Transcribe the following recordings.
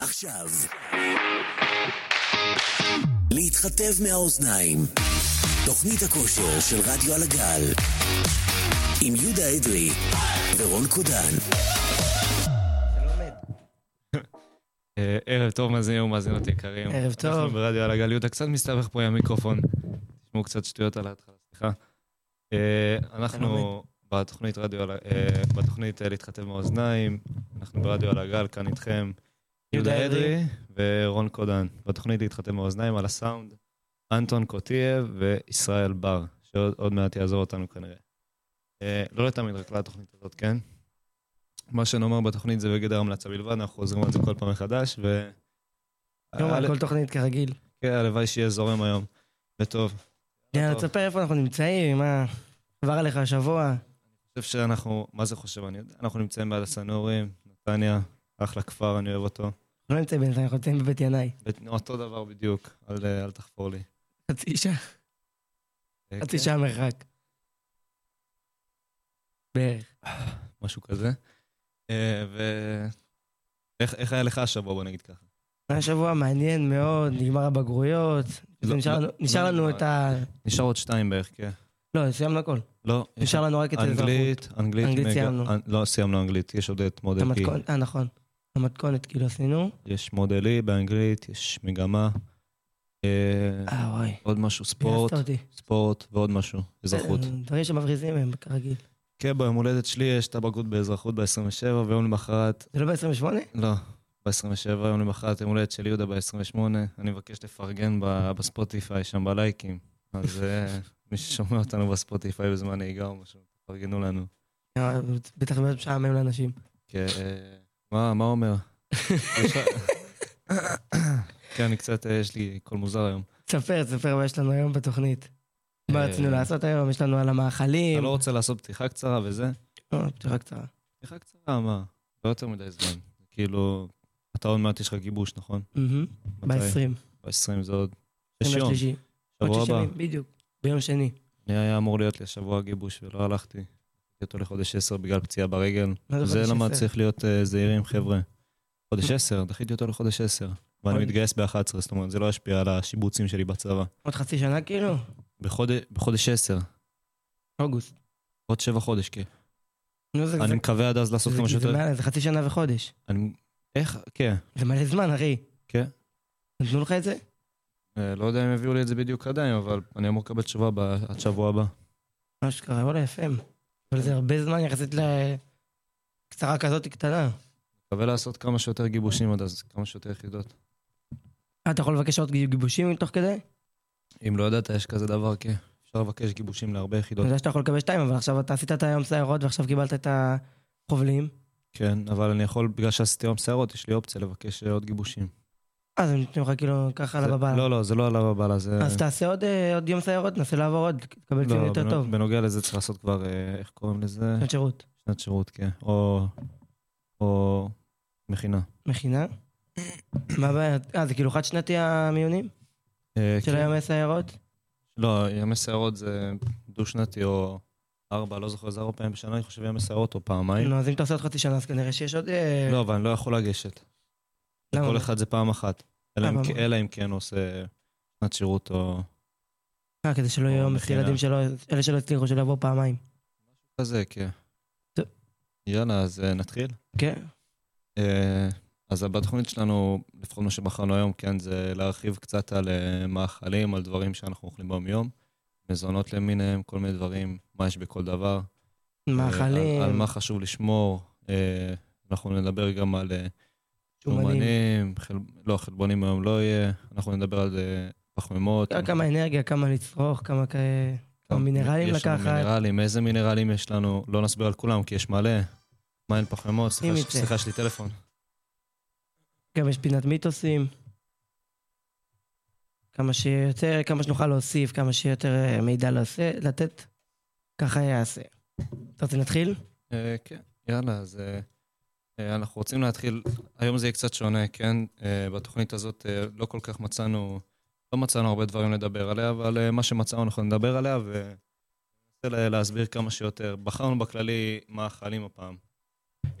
עכשיו. להתחטב מהאוזניים. תוכנית הכושר של רדיו על הגל. עם יהודה אדרי ורון קודן. אה, ערב טוב, מאזינים ומאזינות יקרים. ערב טוב. אנחנו ברדיו על הגל יהודה, קצת מסתבך פה עם המיקרופון. תשמעו קצת שטויות על ההתחלה, סליחה. אה, לא אנחנו בתוכנית רדיו, על ה- אה, בתוכנית אה, להתחתב מאוזניים, אנחנו ברדיו על הגל, כאן איתכם יהודה יהודה אדרי. אדרי ורון קודן. בתוכנית להתחתב מאוזניים על הסאונד, אנטון קוטייב וישראל בר, שעוד עוד מעט יעזור אותנו כנראה. אה, לא לתמיד רק לתוכנית הזאת, כן? מה שנאמר בתוכנית זה בגדר המלצה בלבד, אנחנו חוזרים על זה כל פעם מחדש, ו... יום על הל- לא כל תוכנית כרגיל. כן, הלוואי שיהיה זורם היום. וטוב. יאללה, לא טוב. תספר איפה אנחנו נמצאים, מה? עבר עליך השבוע? אני חושב שאנחנו, מה זה חושב? אני יודע, אנחנו נמצאים בהדסה נעורים, נתניה, אחלה כפר, אני אוהב אותו. אנחנו לא נמצאים בינתיים, אנחנו נמצאים בבית ינאי. בית- אותו דבר בדיוק, אל, אל תחפור לי. חצי שעה, אה, חצי כן, שעה מרחק. בערך. משהו כזה. אה, ו... איך, איך היה לך השבוע, בוא נגיד ככה? היה שבוע מעניין מאוד, נגמר הבגרויות. לא- נשאר לא- לנו- נשאר לא לנו נגמר. את ה... נשאר עוד שתיים בערך, כן. לא, סיימנו הכל. לא, יש נשאר לנו רק את האזרחות. אנגלית, אנגלית, אנגלית מגה- סיימנו. אנ- לא, סיימנו אנגלית, יש עוד את מודל E. המתכונת, אה, נכון. המתכונת כאילו עשינו. יש מודל E באנגלית, יש מגמה. אה, אה, אה. וואי. עוד משהו, ספורט, ביאסת אותי. ספורט ועוד משהו, אזרחות. דברים שמבריזים הם, כרגיל. כן, ביום הולדת שלי יש את הבגרות באזרחות ב-27, ויום למחרת, זה לא ב-28? לא, ב-27, יום למחרת יום הולדת של יהודה ב-28. אני מבקש לפרגן ב- בספוטיפיי, שם בלייקים. אז אה, מי ששומע אותנו בספוטיפיי בזמן נהיגה או משהו, תפרגנו לנו. אה, בטח מאוד משעמם לאנשים. כן, אה, מה, מה אומר? יש לך- כן, אני קצת, אה, יש לי קול מוזר היום. תספר, תספר מה יש לנו היום בתוכנית. מה אה, רצינו לעשות היום? יש לנו על אתה המאכלים. לא רוצה לעשות פתיחה קצרה וזה? לא, פתיחה אה. קצרה. פתיחה קצרה, מה? לא יותר מדי זמן. כאילו, אתה עוד מעט יש לך גיבוש, נכון? מהמם. מתי? ב-20. ב-20 זה עוד... יש יום, בשלישי. עוד שבוע שש הבא. ימים, בדיוק. ביום שני. אני היה אמור להיות לי השבוע גיבוש ולא הלכתי. הייתי אותו לחודש 10 בגלל פציעה ברגל. מה זה חודש למה עשר? צריך להיות אה, זהירים, חבר'ה. חודש 10, דחיתי אותו לחודש 10. ואני חודש. מתגייס ב-11, זאת אומרת, זה לא ישפיע על השיבוצים שלי בצבא. עוד חצי שנה כאילו? בחוד- בחודש 10, אוגוסט. עוד 7 חודש, כן. נו, זה- אני זה- מקווה עד אז לעשות זה- כמה זה שיותר... מעל- זה חצי שנה וחודש. אני- איך? כן. זה מלא זמן, אחי. כן. נתנו לך את זה? אה, לא יודע אם הביאו לי את זה בדיוק עדיין, אבל אני אמור לקבל תשובה ב- עד שבוע הבא. מה שקרה, וואלה, יפה. אבל זה הרבה זמן יחסית ל... קצרה כזאת קטנה. מקווה לעשות כמה שיותר גיבושים עד אז, כמה שיותר יחידות. אה, אתה יכול לבקש עוד גיבושים תוך כדי? אם לא ידעת, יש כזה דבר, כן. אפשר לבקש גיבושים להרבה יחידות. אני יודע שאתה יכול לקבל שתיים, אבל עכשיו אתה עשית את היום סיירות ועכשיו קיבלת את החובלים. כן, אבל אני יכול, בגלל שעשיתי יום שערות, יש לי אופציה לבקש אה, עוד גיבושים. אז הם נותנים לך כאילו ככה על זה- הבבלה. לא, לא, זה לא עליו הבעלה, זה... אז תעשה עוד, אה, עוד יום סיירות, ננסה לעבור עוד, תקבל ציון לא, יותר בנוג- טוב. כן. בנוגע לזה צריך לעשות כבר, אה, איך קוראים לזה? שנת שירות. שנת שירות, כן. או... או... מכינה. מכינה? מה הבעיה? אה, זה כאילו חד שנתי המיונים? אה, של כן. היום סיירות? לא, ימי שערות זה דו-שנתי או ארבע, לא זוכר, זה ארבע פעמים בשנה, אני חושב ימי שערות או פעמיים. נו, אז אם אתה עושה עוד חצי שנה, אז כנראה שיש עוד... לא, אה, לא, אבל אני לא יכול לגשת. למה? כל אחד זה פעם אחת. אלא אה, אם- פעם אחת. אלא אם כן הוא עושה שנת שירות או... אה, כדי שלא יהיו או יום מכינה. ילדים שלא... אלה שלא הצליחו, שלא יבואו פעמיים. כזה, כן. טוב. יאללה, אז אה, נתחיל. כן? אה, אז בתוכנית שלנו, לפחות מה שבחרנו היום, כן, זה להרחיב קצת על אה, מאכלים, על דברים שאנחנו אוכלים ביום-יום. מזונות למיניהם, כל מיני דברים, מה יש בכל דבר. מאכלים, אה, על, על מה חשוב לשמור. אה, אנחנו נדבר גם על אה, שומנים. שומנים, חל... לא, חלבונים היום לא יהיה. אנחנו נדבר על אה, פחמימות. אה, אה, כמה אנרגיה, כמה לצרוך, כמה כ... כמה מינרלים יש לנו לקחת. מינרלים, איזה מינרלים יש לנו? לא נסביר על כולם, כי יש מלא. מים פחמימות, סליחה, שים את זה. סליחה, יש לי טלפון. גם יש פינת מיתוסים. כמה שיותר, כמה שנוכל להוסיף, כמה שיותר אה, מידע לעשה, לתת, ככה יעשה. אתה רוצה נתחיל? אה, כן, יאללה, אז אה, אה, אנחנו רוצים להתחיל, היום זה יהיה קצת שונה, כן? אה, בתוכנית הזאת אה, לא כל כך מצאנו, לא מצאנו הרבה דברים לדבר עליה, אבל אה, מה שמצאנו אנחנו נדבר עליה וננסה לה- להסביר כמה שיותר. בחרנו בכללי מאכלים הפעם.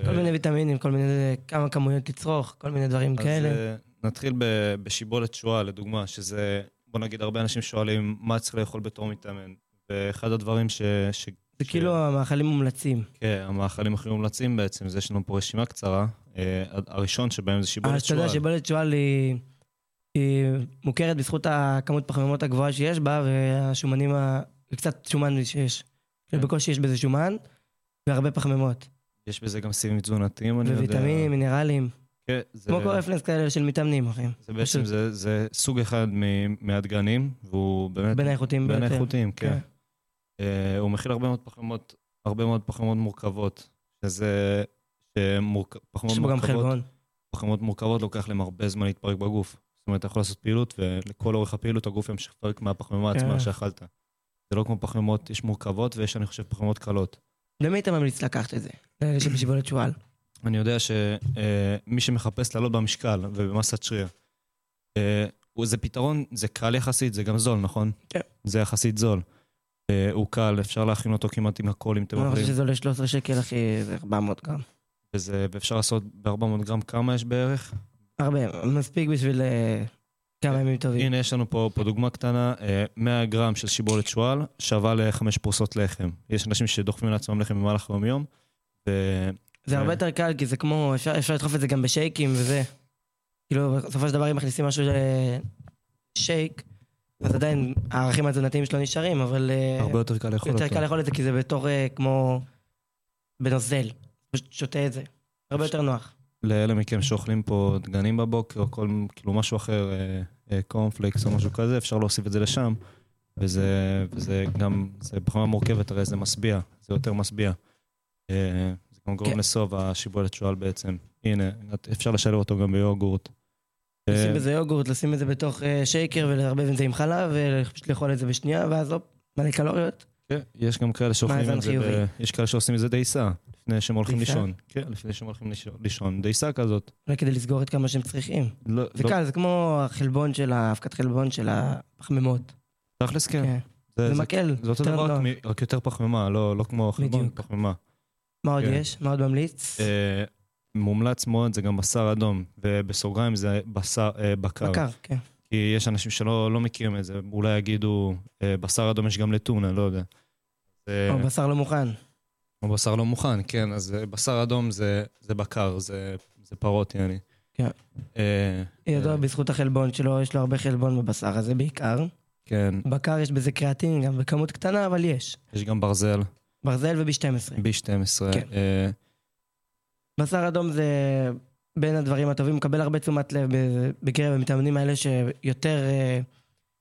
אה, כל מיני ויטמינים, כל מיני, כמה כמויות לצרוך, כל מיני דברים אז כאלה. אה, נתחיל ב- בשיבולת שואה, לדוגמה, שזה, בוא נגיד, הרבה אנשים שואלים מה צריך לאכול בתור מתאמן. ואחד הדברים ש... ש... זה ש- כאילו המאכלים מומלצים. כן, המאכלים הכי מומלצים בעצם, אז יש לנו פה רשימה קצרה. אה, הראשון שבהם זה אבל שיבולת שאתה שועל. אה, יודע שבלט שועל היא, היא מוכרת בזכות הכמות פחמימות הגבוהה שיש בה והשומנים, ה... וקצת שומן שיש. כן. בקושי יש בזה שומן והרבה פחמימות. יש בזה גם סיבים תזונתיים, אני יודע. וויטמינים, מינרלים. כן, זה... כמו קורפלנס כאלה של מתאמנים, אחי. זה בעצם, פשוט. זה, זה סוג אחד מ- מהדגנים, והוא באמת... בין האיכותיים כן. בין ביותר. האיכותיים, כן. כן. אה, הוא מכיל הרבה מאוד פחמימות, הרבה מאוד פחמימות מורכבות. שזה... שמורכ... פחמימות יש בו גם מורכבות- חלבון. פחמימות מורכבות לוקח להם הרבה זמן להתפרק בגוף. זאת אומרת, אתה יכול לעשות פעילות, ולכל אורך הפעילות הגוף משחרק מהפחמימה כן. עצמה שאכלת. זה לא כמו פחמימות, יש מורכבות ויש, אני חושב, פחמימות קלות. למי היית ממליץ לקחת את זה? לאלה שבשיבולת שועל. אני יודע שמי שמחפש לעלות במשקל ובמסת שריר, אה, הוא- זה פתרון, זה קל יחסית, זה גם זול, נכון? כן. זה יחסית זול. אה, הוא קל, אפשר להכין אותו כמעט עם הכל, אם אתם אני לא חושב אוכלים. שזה עולה 13 שקל, אחי, זה 400 גרם. וזה- ואפשר לעשות ב-400 גרם כמה יש בערך. הרבה, מספיק בשביל אה, כמה ימים טובים. הנה, יש לנו פה, פה דוגמה קטנה, אה, 100 גרם של שיבולת שועל שווה לחמש פרוסות לחם. יש אנשים שדוחפים לעצמם לחם במהלך היום-יום, וזה זה הרבה אה. יותר קל, כי זה כמו, אפשר אפשר לדחוף את זה גם בשייקים וזה. כאילו, בסופו של דבר, אם מכניסים משהו לשייק, אז עדיין הערכים התזונתיים שלו נשארים, אבל אה, הרבה יותר נכון, קל לאכול אותו. יותר קל לאכול את זה, כי זה בתור אה, כמו בנוזל. פשוט שותה את זה. הרבה יותר נוח. לאלה מכם שאוכלים פה דגנים בבוקר, או כל, כאילו משהו אחר, אה, אה, קורנפלקס או משהו כזה, אפשר להוסיף את זה לשם. וזה, וזה גם, זה בחמה מורכבת, הרי זה משביע, זה יותר משביע. אה, זה גם גורם כן. לשובע, שיבולת שועל בעצם. הנה, את- אפשר לשלב אותו גם ביוגורט. אה, לשים בזה יוגורט, לשים את זה בתוך אה, שייקר ולערבב את זה עם חלב, ופשוט לאכול את זה בשנייה, ואז הופ, מלא קלוריות. כן, יש גם כאלה שאוכלים מאזן את זה, חיובי. ב- יש כאלה שעושים את זה דייסה, לפני שהם הולכים דייסה? לישון. כן, לפני שהם הולכים לישון- לישון, דייסה כזאת. אולי כדי לסגור את כמה שהם צריכים. לא- זה לא- קל, זה כמו החלבון של ה... הפקת חלבון של הפחמימות. תכלס כן. כן. זה- זה זה- מקל. זה אותו יותר דבר, רק נוח. מ- רק יותר פחמימה, לא לא כמו חלבון, בדיוק. פחמימה. מה עוד כן. יש? מה עוד ממליץ? אה, מומלץ מאוד זה גם בשר אדום, ובסוגריים זה בשר אה, בקר. בקר, כן. כי יש אנשים שלא לא מכירים את זה, אולי יגידו, אה, בשר אדום יש גם לטונה, לא יודע. זה- או בשר לא מוכן. או בשר לא מוכן, כן, אז אה, בשר אדום זה זה בקר, זה זה פרות, יעני. כן. אה, ידוע אה. בזכות החלבון שלו, יש לו הרבה חלבון בבשר הזה בעיקר. כן, בקר יש בזה קריאטין, גם בכמות קטנה, אבל יש. יש גם ברזל, ברזל וב-12. B12. כן. אה, בשר אדום זה בין הדברים הטובים, מקבל הרבה תשומת לב ב- בקרב המתאמנים האלה שיותר אה,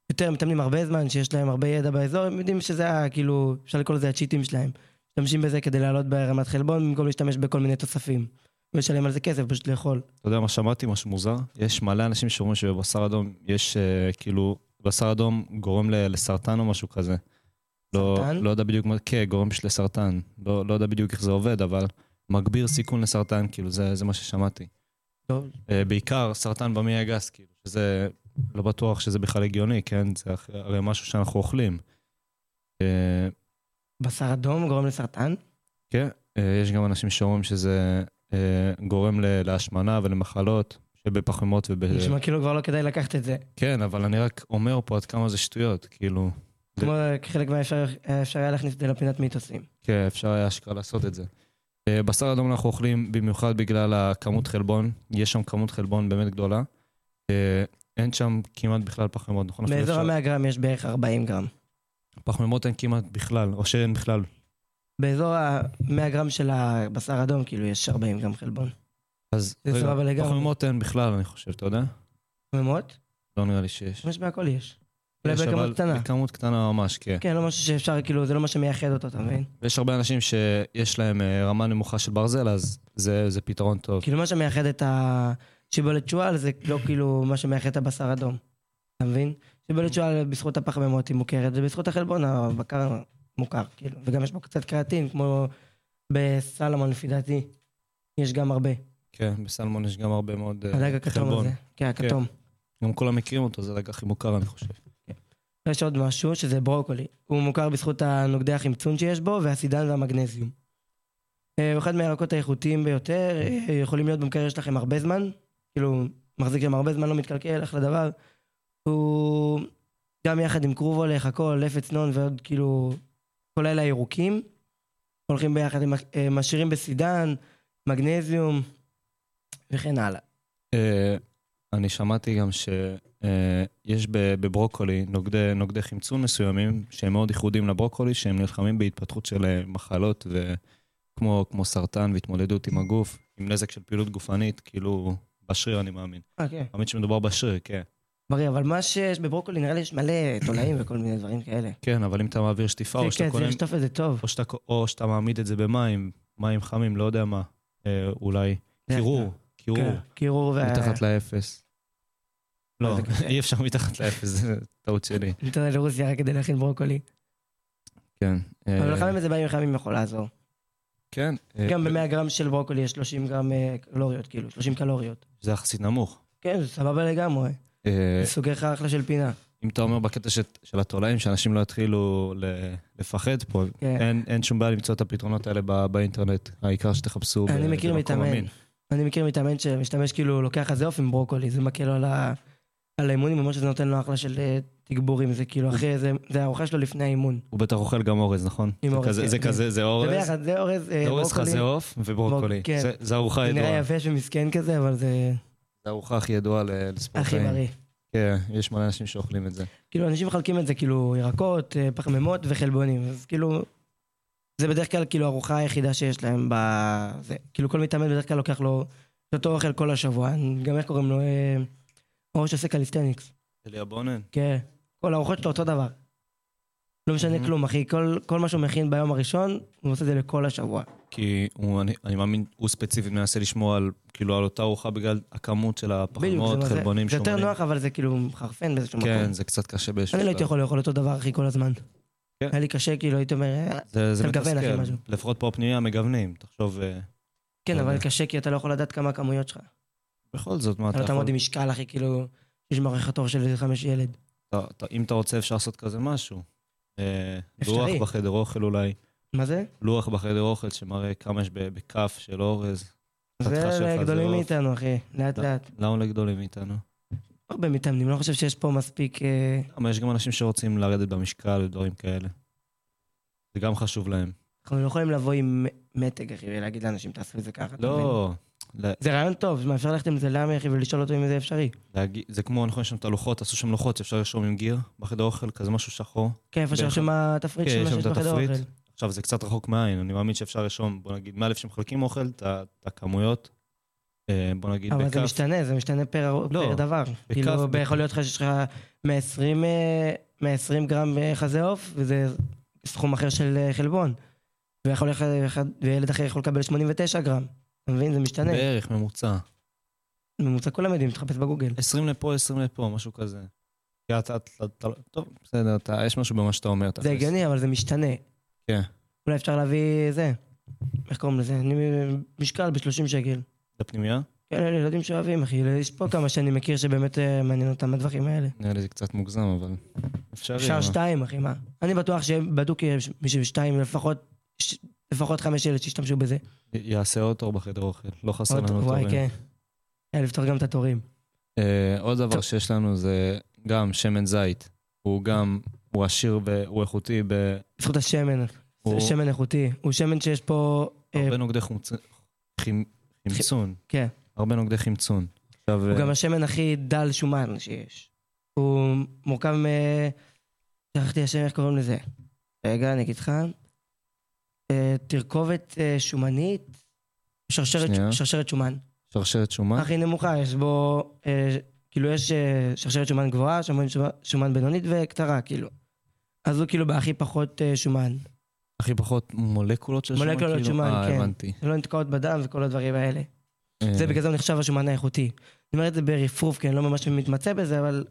יותר מתאמנים הרבה זמן, שיש להם הרבה ידע באזור, הם יודעים שזה ה- כאילו, אפשר לקרוא לזה הצ'יטים שלהם. משתמשים בזה כדי לעלות ברמת חלבון במקום להשתמש בכל מיני תוספים. ולשלם על זה כסף, פשוט לאכול. אתה יודע מה שמעתי, משהו מוזר? יש מלא אנשים שאומרים שבבשר אדום יש, אה, כאילו, בשר אדום גורם ל- לסרטן או משהו כזה. לא, סרטן? לא יודע בדיוק מה, כן, גורם של לסרטן. לא, לא יודע בדיוק איך זה עובד, אבל מגביר סיכון לסרטן, כאילו, זה, זה מה ששמעתי. טוב. אה, בעיקר סרטן במעי הגס, כאילו, שזה, לא בטוח שזה בכלל הגיוני, כן? זה אח- הרי משהו שאנחנו אוכלים. אה, בשר אדום גורם לסרטן? כן, אה, יש גם אנשים שאומרים שזה אה, גורם ל- להשמנה ולמחלות. שבפחמימות וב... נשמע כאילו כבר לא כדאי לקחת את זה. כן, אבל אני רק אומר פה עד כמה זה שטויות, כאילו, זה- כמו אה, חלק מהאפשר האפשר היה להכניס את זה לפינת מיתוסים. כן, אפשר היה אשכרה לעשות את זה. אה, בשר אדום אנחנו אוכלים במיוחד בגלל הכמות חלבון, יש שם כמות חלבון באמת גדולה. אה, אין שם כמעט בכלל פחמימות, נכון? אפילו באזור אפשר- ה-100 גרם יש בערך 40 גרם. פחמימות אין כמעט בכלל, או שאין בכלל. באזור ה-100 גרם של הבשר אדום, כאילו, יש 40 גרם חלבון. אז זה רגע, סבבה לגמרי. לא פחמימות אין בכלל, אני חושב, אתה יודע? חממות? לא נראה לי שיש. ממש בהכל יש. אולי יש, בכמות אבל קטנה. בכמות קטנה ממש, כן. כן, לא משהו שאפשר, כאילו, זה לא מה שמייחד אותו, אתה מבין? ויש הרבה אנשים שיש להם אה, רמה נמוכה של ברזל, אז זה זה פתרון טוב. כאילו, מה שמייחד את השיבולת שועל זה לא כאילו מה שמייחד את הבשר אדום. אתה מבין? שיבולת שועל בזכות הפחמימות היא מוכרת, ובזכות החלבון הבקר מוכר, כאילו. וגם יש בו קצת קראטין, כמו בסלמון, לפי דעתי. יש גם הרבה. כן, בסלמון יש גם הרבה מאוד אה, הדג הכתום חלבון. הזה. כן, הכתום. גם כולם מכירים אותו, זה הדג הכי מוכר, אני חושב. יש עוד משהו, שזה ברוקולי. הוא מוכר בזכות הנוגדי החמצון שיש בו, והסידן והמגנזיום. אה, הוא אחד מהירקות האיכותיים ביותר, אה, יכולים להיות במקרר שלכם הרבה זמן, כאילו, מחזיק שם הרבה זמן, לא מתקלקל, אחלה דבר. הוא גם יחד עם כרוב הולך, הכל, אפס נון ועוד כאילו, כל אלה הירוקים. הולכים ביחד עם אה, משאירים בסידן, מגנזיום וכן הלאה. אה, אני שמעתי גם שיש בברוקולי נוגדי, נוגדי חמצון מסוימים שהם מאוד ייחודים לברוקולי, שהם נלחמים בהתפתחות של אה, מחלות ו... כמו, כמו סרטן והתמודדות עם הגוף, עם נזק של פעילות גופנית, כאילו בשריר אני מאמין. אה, כן. מאמין שמדובר בשריר, כן. בריא, אבל מה שיש בברוקולי, נראה לי יש מלא תולעים וכל מיני דברים כאלה. כן, אבל אם אתה מעביר שטיפה כן, או שאתה כן, קונה... צריך לשטוף את זה טוב. או שאתה, או שאתה מעמיד את זה במים, מים חמים, לא יודע מה, אה, אולי. קירור, קירור, כן, אה. אוקיי. קירור וה... מתחת לאפס. מה לא, זה קשה? אי אפשר מתחת לאפס, זו טעות שלי. ניתן לרוסיה רק כדי להכין ברוקולי. כן. אה, אבל לחמם את זה בים חמים יכול לעזור. כן. אה, גם ב-100 גרם של ברוקולי יש 30 גרם אה, קלוריות, כאילו, 30 קלוריות. זה יחסית נמוך. כן, זה סבבה לגמרי. אה, זה סוגר לך אחלה של פינה. אם אתה אומר בקטע של- של התולעים, שאנשים לא יתחילו ל- לפחד פה, כן. אין- אין שום בעיה למצוא את הפתרונות האלה ב- באינטרנט. העיקר שתחפשו ב- לא אני מכיר במקום מתאמן. אמין. אני מכיר מתאמן שמשתמש, כאילו, לוקח אז עוף עם ברוקולי, זה מקל לו על ה- על האימונים, ממש זה נותן לו אחלה של אה, תגבורים, זה כאילו, אחרי, זה- זה הארוחה שלו לפני האימון. הוא בטח אוכל גם אורז, נכון? עם זה אורז, כזה- כן, זה כן. כזה, זה זה אורז, ביחד, זה אורז, אה, זה אורז ברוקולי. חזה עוף וברוקולי. כן. זה- זה ארוחה זה נראה ידועה. יבש ומסכן כזה, אבל זה זה הארוחה הכי ידועה ל- הכי לספורטאים. בריא. כן, יש מלא אנשים שאוכלים את זה. כאילו, אנשים מחלקים את זה, כאילו, ירקות, אה, פחמימות וחלבונים, אז כאילו... זה בדרך כלל כאילו הארוחה היחידה שיש להם ב... זה. כאילו כל מתאמן בדרך כלל לוקח לו את אותו אוכל כל השבוע, אני- גם איך קוראים לו? אה, אור שעושה קליסטניקס. אליה בונן? כן. כל הארוחות שלו אותו דבר. לא משנה Mhm. כלום, אחי. כל, כל מה שהוא מכין ביום הראשון, הוא עושה את זה לכל השבוע. כי הוא, אני, אני מאמין, הוא ספציפית מנסה לשמור על, כאילו, על אותה ארוחה בגלל הכמות של הפחמות, בדיוק, זה- חלבונים, זה יותר שומנים. נוח, אבל זה כאילו מחרפן באיזשהו מקום. כן, זה קצת קשה באיזשהו אני לא הייתי יכול לאכול אותו דבר, אחי, כל הזמן. כן. היה לי קשה, כאילו, הייתי אומר... "אה, זה, זה אתה מגוון, אחי, מתסכל. משהו. לפחות פה הפנייה מגוונים, תחשוב, אה, כן, לא אבל יודע. קשה, כי אתה לא יכול לדעת כמה הכמויות שלך. בכל זאת, מה אתה אתה לא יכול... תעמוד עם משקל, אחי, כאילו, יש מערכת אור של איזה חמש ילד. אתה, אתה, אם אתה רוצה, אפשר לעשות כזה משהו. אה, לוח אפשרי. בחדר אוכל אולי, מה זה? לוח בחדר אוכל שמראה כמה יש ב- בכף של אורז. חתיכה של זה חזה לגדולים עוף. מאיתנו, אחי, לאט לא. לאט. למה לגדולים מאיתנו? הרבה מתאמנים, לא חושב שיש פה מספיק... אה, אבל יש גם אנשים שרוצים לרדת במשקל ודברים כאלה. זה גם חשוב להם. אנחנו לא יכולים לבוא עם מתג, אחי, ולהגיד לאנשים, תעשו את זה ככה. אתה מבין? לא, ל- זה רעיון טוב, מה, אפשר ללכת עם זה לעמי, אחי, ולשאול אותו אם זה אפשרי. להגיד, זה כמו, נכון, יש שם את הלוחות, עשו שם לוחות שאפשר לרשום עם גיר בחדר אוכל, כזה משהו שחור. כן, איפה בהחלט. שרשום התפריט כן, של יש מה שם שיש את בחדר התפריט. אוכל. עכשיו, זה קצת רחוק מהעין, אני מאמין שאפשר לרשום, בוא נגיד, מא' שמחלקים אוכל, את ה- את הכמויות, אה, בוא נגיד, אבל זה בכף, משתנה, זה משתנה פר לא, פר דבר. כאילו, בכף- יכול להיות לך שיש לך 120, אה, 120 גרם אה, חזה עוף, וזה סכום אחר של אה, חלבון. ויכול לך, אחד- וילד אחר יכול לקבל 89 גרם. אתה מבין? זה משתנה. בערך ממוצע. ממוצע כולם יודעים, תחפש בגוגל. 20 לפה, 20 לפה, משהו כזה. כי אתה, אתה- אתה- טוב, בסדר, אתה- יש משהו במה שאתה אומר. זה תכלס. הגיוני, אבל זה משתנה. כן. אולי אפשר להביא זה, איך קוראים לזה? אני אה, משקל ב-30 שקל. לפנימייה? כן, אלה ילדים שאוהבים, אחי. יש פה כמה שאני מכיר שבאמת אה, מעניין אותם הדברים האלה. נראה לי זה קצת מוגזם, אבל אפשרי. אפשר מה? שתיים, אחי, מה? אני בטוח שבדוק יהיה מישהו שתיים, לפחות, ש- לפחות חמש ילד שישתמשו בזה. י- אה, יעשה עוד תור בחדר אוכל, לא חסר לנו עוד- תורים. וואי, כן. היה לפתור גם את התורים. אה, עוד דבר טוב. שיש לנו זה גם שמן זית. הוא גם, הוא עשיר והוא איכותי בהרבה בזכות השמן, הוא- זה שמן איכותי. הוא שמן שיש פה... אה, נוגדי חומצ... חימ... חמצון. כן. הרבה נוגדי חמצון. עכשיו, הוא אה, גם השמן הכי דל שומן שיש. הוא מורכב מ... שכחתי השם, איך קוראים לזה? רגע, אני אגיד לך. אה, תרכובת אה, שומנית, שרשרת- שנייה. שרשרת שומן. שרשרת שומן. הכי נמוכה, יש בו, אה, כאילו יש אה, שרשרת שומן גבוהה, שומן, שומן- שומן בינונית וקצרה, כאילו. אז הוא כאילו בהכי פחות אה, שומן. הכי פחות מולקולות של שומן. מולקולות כאילו? שומן, אה, כן. הבנתי. שלא נתקעות בדם וכל הדברים האלה. אה, זה בגלל זה הוא נחשב השומן האיכותי. אני אומר את זה ברפרוף, כי אני לא ממש מתמצא בזה, אבל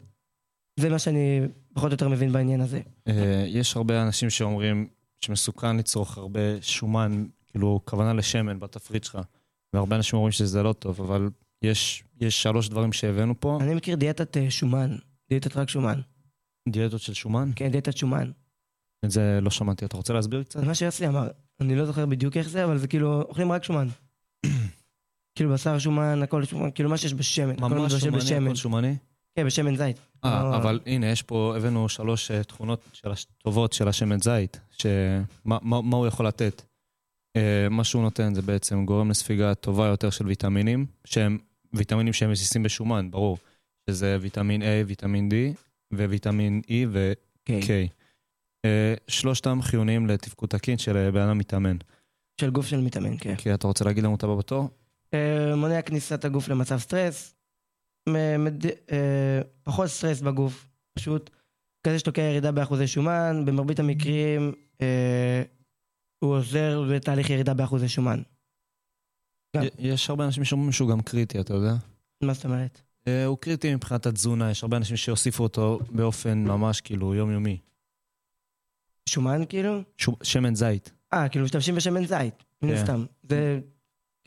זה מה שאני פחות או יותר מבין בעניין הזה. אה, יש הרבה אנשים שאומרים שמסוכן לצרוך הרבה שומן, כאילו, כוונה לשמן בתפריט שלך. והרבה אנשים אומרים שזה לא טוב, אבל יש, יש שלוש דברים שהבאנו פה. אני מכיר דיאטת אה, שומן, דיאטת רק שומן. דיאטות של שומן? כן, דיאטת שומן. את זה לא שמעתי. אתה רוצה להסביר קצת? זה מה שיוסי אמר, אני לא זוכר בדיוק איך זה, אבל זה כאילו, אוכלים רק שומן. כאילו בשר שומן, הכל שומן, כאילו מה שיש בשמן. הכל ממש מתבשל שומני, בשמן. הכל שומני. כן, בשמן זית. אה, לא- אבל הנה, יש פה, הבאנו שלוש אה, תכונות של הש- טובות של השמן זית, שמה מה, מה הוא יכול לתת. אה, מה שהוא נותן זה בעצם גורם לספיגה טובה יותר של ויטמינים, שהם ויטמינים שהם מסיסים בשומן, ברור. שזה ויטמין A, ויטמין D וויטמין E ו-K. כן. אה, שלושתם חיוניים לתפקוד תקין של אה, בן אדם מתאמן. של גוף של מתאמן, כן. כי אתה רוצה להגיד לנו אותה בתור? אה, מונע כניסת הגוף למצב סטרס, מ- מד... אה, פחות סטרס בגוף, פשוט. כזה שתוקע ירידה באחוזי שומן, במרבית המקרים אה, הוא עוזר בתהליך ירידה באחוזי שומן. גם. י- יש הרבה אנשים שאומרים שהוא גם קריטי, אתה יודע? מה זאת אומרת? אה, הוא קריטי מבחינת התזונה, יש הרבה אנשים שהוסיפו אותו באופן ממש כאילו יומיומי. שומן כאילו? שו- שמן זית. אה, כאילו משתמשים בשמן זית, מן כן. הסתם. זה...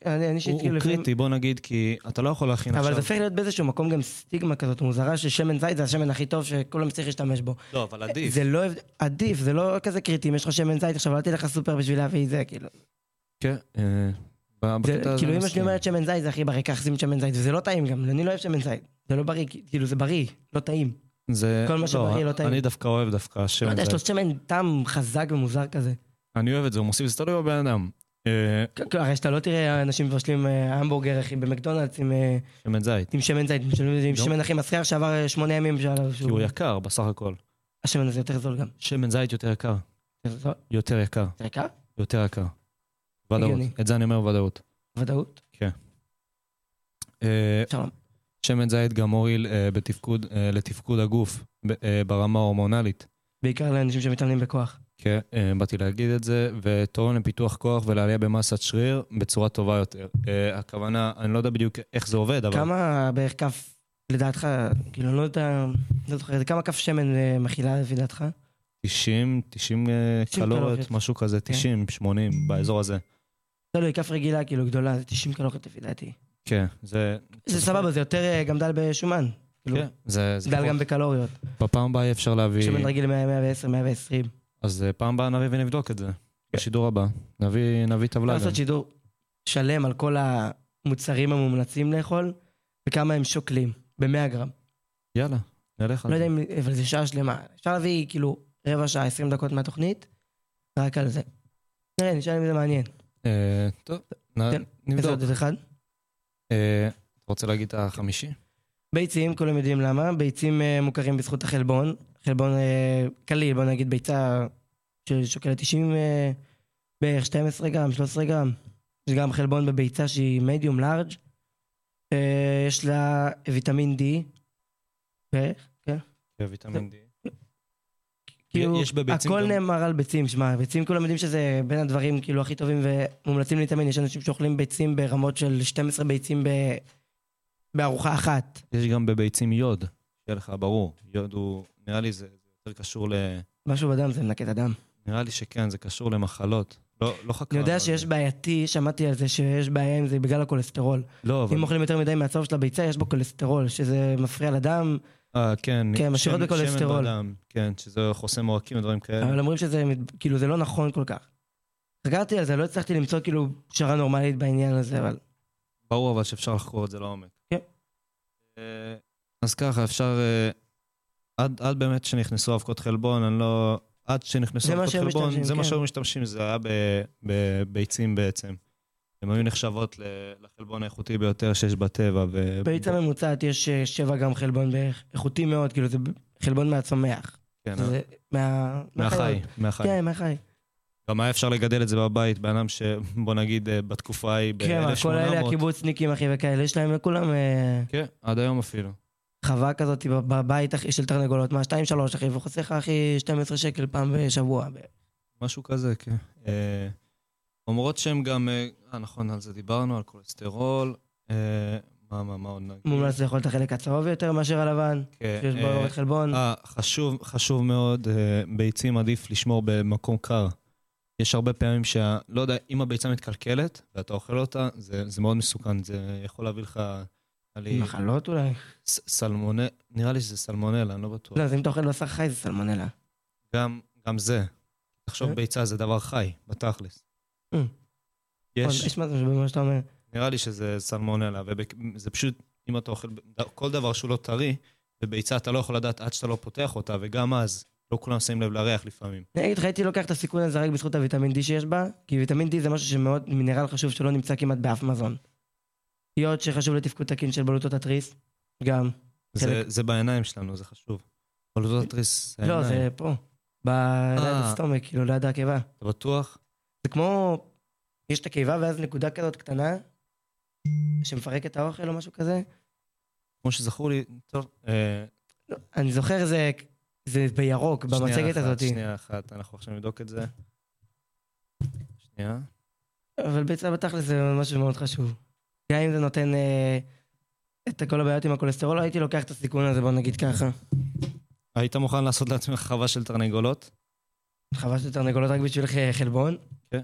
אני אני אישית הוא כאילו... הוא לפעמים- קריטי, בוא נגיד, כי אתה לא יכול להכין אבל עכשיו... זה הופך להיות באיזשהו מקום גם סטיגמה כזאת מוזרה ששמן זית זה השמן הכי טוב שכולם צריך להשתמש בו. לא, אבל עדיף. זה לא... הבד- עדיף, זה לא כזה קריטי, אם יש לך שמן זית עכשיו, אל תלך לסופר בשביל להביא את זה, כאילו. כן. אה, ב- זה- בקטע הזה כאילו אני אמא שלי מסכים. אומרת שמן זית זה הכי בריא, קח שים שמן זית, וזה לא טעים גם, אני לא אוהב שמן זית, זה לא בריא, כי- כאילו זה בריא, לא טעים. זה... כל מה שבריא לא טעים. אני דווקא אוהב דווקא לא שמן יודע, יש לו זית. שמן טעם חזק ומוזר כזה. אני אוהב את זה, הוא מוסיף, זה תלוי בבן אדם. אה, כאילו, הרי שאתה לא תראה אנשים מבשלים אה, המבורגר אחי במקדונלדס עם, אה, שמן זית. עם שמן זית, משלמים את זה עם לא. שמן הכי מסריח שעבר אה, שמונה ימים שעליו כי הוא שהוא... יקר בסך הכל. השמן הזה יותר זול גם. שמן זית יותר יקר. יותר זול? יותר יקר. יותר יקר? יותר יקר. ודאות. הגיוני. את זה אני אומר בוודאות. ודאות. אה, אפשר לומר. שמן זית גם מועיל אה, בתפקוד, אה, לתפקוד הגוף ב- אה, ברמה ההורמונלית. בעיקר לאנשים שמתאמנים בכוח. כן, אה, באתי להגיד את זה, ותורם לפיתוח כוח ולעלייה במסת שריר בצורה טובה יותר. אה, הכוונה, אני לא יודע בדיוק איך זה עובד, אבל... כמה בערך כף, לדעתך, כאילו, אני לא יודע, לא זוכר, כמה כף שמן אה, מכילה לפי דעתך? 90, 90 אה, 90 קלוריות, קלוריות. כן. משהו כזה, 90, 80, באזור הזה. תלוי, כף רגילה, כאילו, גדולה, זה 90 קלוריות לפי דעתי. כן, זה... זה סבבה, זה יותר אה, גם דל בשומן. כאילו, כן, זה... זה דל פחות. גם בקלוריות. בפעם הבאה אי אפשר להביא... שמן רגיל 100, 110, 120. אפשר אז אה, פעם הבאה נביא ונבדוק את זה. בשידור הבא. נביא נביא טבלה גם. כן. לעשות שידור שלם על כל המוצרים המומלצים לאכול, וכמה הם שוקלים, ב-100 גרם. יאללה, נלך על לא זה. יודע אם, אבל זה שעה שלמה. אפשר להביא כאילו רבע שעה, 20 דקות מהתוכנית, רק על זה. נראה, נשאל אם כן. זה מעניין. אה, טוב, נ- תן- איזה נבדוק. עוד אחד? אה, אתה רוצה להגיד את החמישי? ביצים, כולם יודעים למה. ביצים אה, מוכרים בזכות החלבון. חלבון אה, קליל, בוא נגיד ביצה ששוקלת 90, אה, בערך 12 גרם, 13 גרם. יש גם חלבון בביצה שהיא מדיום לארג'. אה, יש לה ויטמין D. בערך, כן. ויטמין D. כאילו, יש בביצים הכל גם- נאמר על ביצים, שמע, ביצים כולם יודעים שזה בין הדברים כאילו הכי טובים ומומלצים להתאמן. יש אנשים שאוכלים ביצים ברמות של 12 ביצים ב... בארוחה אחת. יש גם בביצים יוד, שיהיה לך ברור. יוד הוא, נראה לי זה זה יותר קשור ל... משהו בדם זה מנקה את הדם. נראה לי שכן, זה קשור למחלות. לא, לא חקרנו. אני על יודע זה. שיש בעייתי, שמעתי על זה שיש בעיה עם זה בגלל הכולסטרול. לא, אבל... אם אוכלים יותר מדי מהצהוב של הביצה, יש בו כולסטרול, שזה מפריע לדם, אה, כן. כן, משאירות שמן- בכולסטרול. שמן בדם, כן, שזה חוסם עורקים ודברים כאלה. אבל אומרים שזה, מת- כאילו, זה לא נכון כל כך. חגרתי על זה, לא הצלחתי למצוא כאילו פשרה נורמלית בעניין הזה, אבל... ברור אבל שאפשר לחקור את זה לעומק. כן. אה, אז ככה, אפשר... אה, עד, עד באמת שנכנסו אבקות חלבון, אני לא... עד שנכנסו זה מה אבקות שהם חלבון, משתמשים, זה מה כן. שהיו משתמשים, זה היה בביצים בעצם. הן היו נחשבות ל- לחלבון האיכותי ביותר שיש בטבע. ו... ביצה ממוצעת יש 7 גרם חלבון בערך, איכותי מאוד, כאילו זה ב- חלבון מהצומח. כן, זה מה... מהחי, מהחי. כן, מהחי. גם היה אפשר לגדל את זה בבית, בן אדם ש... בוא נגיד, אה, בתקופה ההיא, ב-1800. כן, כל אלה הקיבוצניקים אחי וכאלה, יש להם לכולם אה, כן, עד היום אפילו. חווה כזאת בב- בבית אחי של תרנגולות, מה 2-3 אחי, וחוסך לך אחי 12 שקל פעם בשבוע. משהו כזה, כן. אה, אומרות שהם גם... אה, אה, נכון, על זה דיברנו, על כולסטרול. אה, מה, מה, מה עוד נגיד? מומלץ לאכול את החלק הצהוב יותר מאשר הלבן, כן, שיש בו אה, עבודת חלבון. אה, חשוב, חשוב מאוד, אה, ביצים עדיף לשמור במקום קר. יש הרבה פעמים שה... לא יודע, אם הביצה מתקלקלת ואתה אוכל אותה, זה, זה מאוד מסוכן, זה יכול להביא לך... נראה לי מחלות אולי? ס- סלמונל, נראה לי שזה סלמונלה, אני לא בטוח. לא, אז אם אתה אוכל בשר חי זה סלמונלה. גם, גם זה, תחשוב אה? ביצה זה דבר חי, בתכלס. אה. נכון, יש, יש משהו שבמה שאתה אומר. נראה לי שזה סלמונלה, וזה פשוט, אם אתה אוכל כל דבר שהוא לא טרי, וביצה אתה לא יכול לדעת עד שאתה לא פותח אותה, וגם אז, לא כולם שמים לב לריח לפעמים. אני אגיד לך, הייתי לוקח את הסיכון הזה רק בזכות הוויטמין D שיש בה, כי ויטמין D זה משהו שמאוד מינרל חשוב שלא נמצא כמעט באף מזון. יוד שחשוב לתפקוד תקין של בלוטות התריס, גם. זה, חלק. זה בעיניים שלנו, זה חשוב. אבל זאת התריס, זה לא, העיניים. זה פה. ב- ליד אה. הסטומק, כאילו, ליד הקיבה. אתה בטוח? זה כמו, יש את הקיבה ואז נקודה כזאת קטנה, שמפרק את האוכל או משהו כזה. כמו שזכור לי, טוב, אה, לא, אני זוכר זה, זה בירוק, שנייה במצגת אחת, הזאת. שנייה אחת, אנחנו עכשיו נבדוק את זה. שנייה. אבל ביצה בתכל'ס זה משהו מאוד חשוב. גם אם זה נותן אה, את כל הבעיות עם הכולסטרול, לא הייתי לוקח את הסיכון הזה, בוא נגיד ככה. היית מוכן לעשות לעצמך חווה של תרנגולות? חבשת תרנגולות רק בשביל ח- חלבון? כן. אה,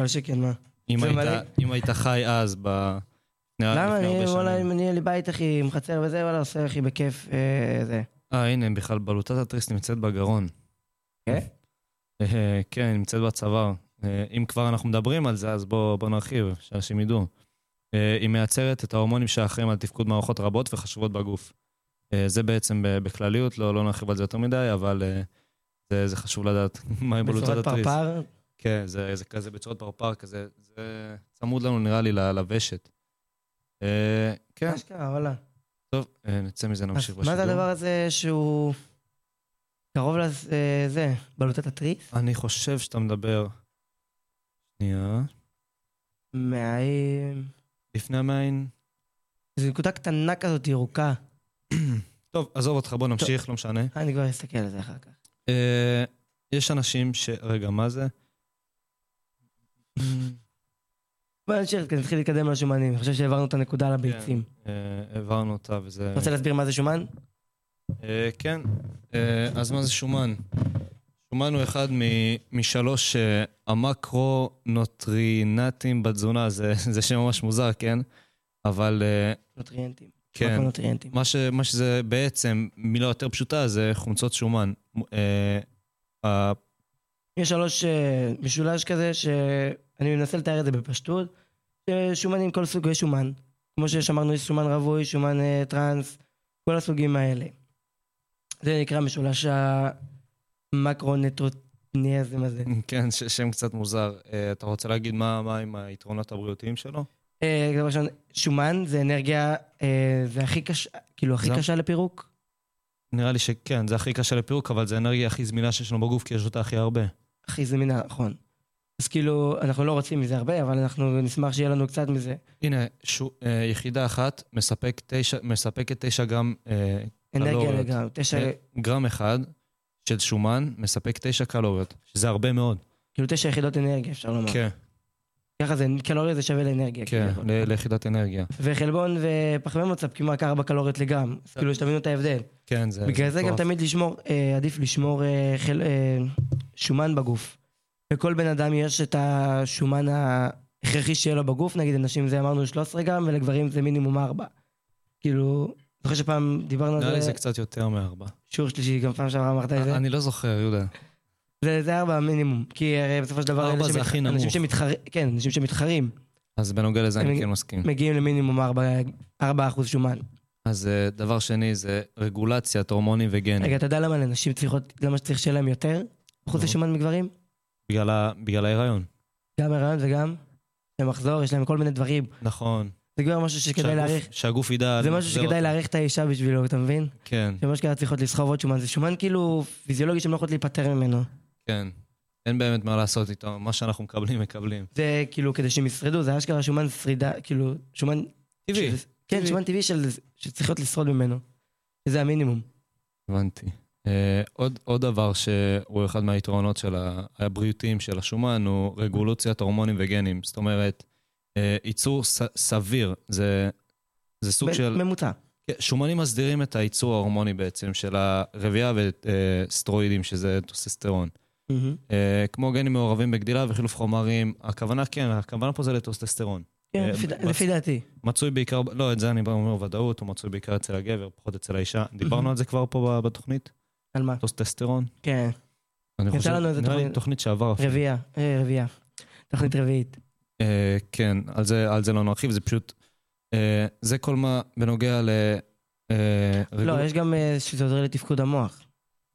לא שכן, מה? אם זה היית- מלא. אם היית חי אז, ב... לפני למה? לפני אני, הרבה וואלה, שנים. אם אני יהיה לי בית, אחי, עם חצר וזה, וואלה, עושה, אחי, בכיף, אה, זה. אה, הנה, בכלל, בלוטת התריס נמצאת בגרון. כן? אה, כן, נמצאת בצוואר. אה, אם כבר אנחנו מדברים על זה, אז בואו בוא נרחיב, שאנשים ידעו. אה, היא מייצרת את ההורמונים שאחראים על תפקוד מערכות רבות וחשובות בגוף. אה, זה בעצם ב- בכלליות, לא, לא נרחיב על זה יותר מדי, אבל אה, זה, זה חשוב לדעת מהי בלוטת בצורת התריס. פרפר, כן, זה, זה כזה בצורת פרפר כזה, זה צמוד לנו נראה לי ל- לוושת. אה, כן, אשכרה, וואלה. טוב, אה, נצא מזה, אז נמשיך בשידור. מה זה הדבר הזה שהוא קרוב לזה, בלוטת התריס? אני חושב שאתה מדבר... שנייה. מה... לפני המעין... זו נקודה קטנה כזאת, ירוקה. טוב, עזוב אותך, בוא נמשיך, לא משנה. אה, אני כבר אסתכל על זה אחר כך. אה, יש אנשים ש... רגע, מה זה? בוא נמשיך, כי נתחיל להתקדם על השומנים. אני חושב שהעברנו את הנקודה על הביצים. אה, העברנו אותה וזה... רוצה להסביר מה זה שומן? אה, כן. אה, אז מה זה שומן? שומן הוא אחד מ- משלוש אה, המקרונוטרינטים בתזונה, זה, זה שם ממש מוזר, כן? אבל אה, נוטריאנטים. כן, נוטריאנטים. מה, ש, מה שזה בעצם, מילה יותר פשוטה זה חומצות שומן. אה, ה- יש שלוש אה, משולש כזה, שאני מנסה לתאר את זה בפשטות. שומנים, כל סוגי שומן. כמו שאמרנו, יש שומן רווי, שומן אה, טרנס, כל הסוגים האלה. זה נקרא משולש המקרונטרוטניאז, מה זה? כן, ש- שם קצת מוזר. אה, אתה רוצה להגיד מה, מה עם היתרונות הבריאותיים שלו? אה, דבר ראשון, שומן זה אנרגיה, אה, זה הכי קשה, כאילו הכי זה- קשה לפירוק. נראה לי שכן, זה הכי קשה לפירוק, אבל זה האנרגיה הכי זמינה שיש לנו בגוף, כי יש אותה הכי הרבה. הכי זמינה, נכון. אז כאילו, אנחנו לא רוצים מזה הרבה, אבל אנחנו נשמח שיהיה לנו קצת מזה. הנה, שו, אה, יחידה אחת מספק תשע, מספקת 9 גרם, אה, אנרגיה קלוריות. לגרם, תשע, אה, גרם אחד של שומן, מספק 9 קלוריות, שזה הרבה מאוד. כאילו תשע יחידות אנרגיה, אפשר לומר. כן, ככה זה, קלוריה זה שווה לאנרגיה. כן, כביכול. ל- ליחידת אנרגיה. וחלבון ופחמי מוצב כמעט 4 קלוריות לגרם, אז כאילו שתבינו את ההבדל. כן, זה... בגלל זה גם מטורף. תמיד לשמור, אה, עדיף לשמור אה, חל- אה, שומן בגוף. לכל בן אדם יש את השומן ההכרחי שיהיה לו בגוף, נגיד לנשים זה אמרנו 13 גרם, ולגברים זה מינימום 4. כאילו, זוכר שפעם דיברנו נראה לי על זה, זה קצת יותר מארבע. שיעור שלישי, גם פעם שעברה אמרת את אה, זה. אני לא זוכר, יהודה. זה, זה ארבע מינימום, כי הרי בסופו של דבר... אלה ארבע זה שמתח- הכי נמוך. אנשים שמתחרים, כן, אנשים שמתחרים, אז בנוגע לזה אני אני- כן מסכים. מגיעים למינימום ארבע, ארבע אחוז שומן. אז אה, דבר שני זה רגולציית הורמונים וגנים. רגע, אתה יודע למה לנשים צריכות, למה שצריך שיהיה להם יותר אחוזי נו. שומן מגברים? בגלל ה- בגלל ההיריון. גם הריון וגם למחזור, יש להם כל מיני דברים. נכון. זה כבר משהו שכדאי שהגוף- להעריך. שהגוף ידע... זה משהו למחזר אותו. שכדאי להעריך את האישה בשבילו, אתה מבין? כן, שמש כאלה צריכות לסחוב עוד שומן. זה שומן כאילו פיזיולוגי שהן לא יכולות להיפטר ממנו. כן. אין באמת מה לעשות איתו, מה שאנחנו מקבלים, מקבלים. זה כאילו כדי שהם ישרדו, זה אשכרה שומן שרידה, כאילו שומן... טבעי. שזה- כן, טבעי. שומן טבעי של- שצריכות לשרוד ממנו. שזה המינימום. הבנתי. Uh, עוד, עוד דבר שהוא אחד מהיתרונות של ה- הבריאותיים של השומן הוא רגולוציית הורמונים וגנים. זאת אומרת, uh, ייצור ס, סביר, זה, זה סוג ב- של... ממוצע. כן, שומנים מסדירים את הייצור ההורמוני בעצם של הרבייה וסטרואידים, שזה טוסטסטרון. מהמם. אה, כמו גנים מעורבים בגדילה וחילוף חומרים, הכוונה כן, הכוונה פה זה לטוסטסטרון. כן, אה, לפי ד- ב- לפי דעתי. מצוי בעיקר, לא, את זה אני אומר בוודאות, הוא מצוי בעיקר אצל Mm-hmm. הגבר, פחות אצל האישה. דיברנו על זה כבר פה ב- בתוכנית, על מה? טוסטסטרון. כן. אני יצא חושב, לנו איזה נראה לי תוכנית- תוכנית שעבר אפילו. רביעייה, אה, רביעייה. תוכנית רביעית. אה, כן, על זה, על זה לא נרחיב, זה פשוט... אה, זה כל מה בנוגע ל... אה, לא, רגול- יש גם אה, שזה עוזר לתפקוד המוח.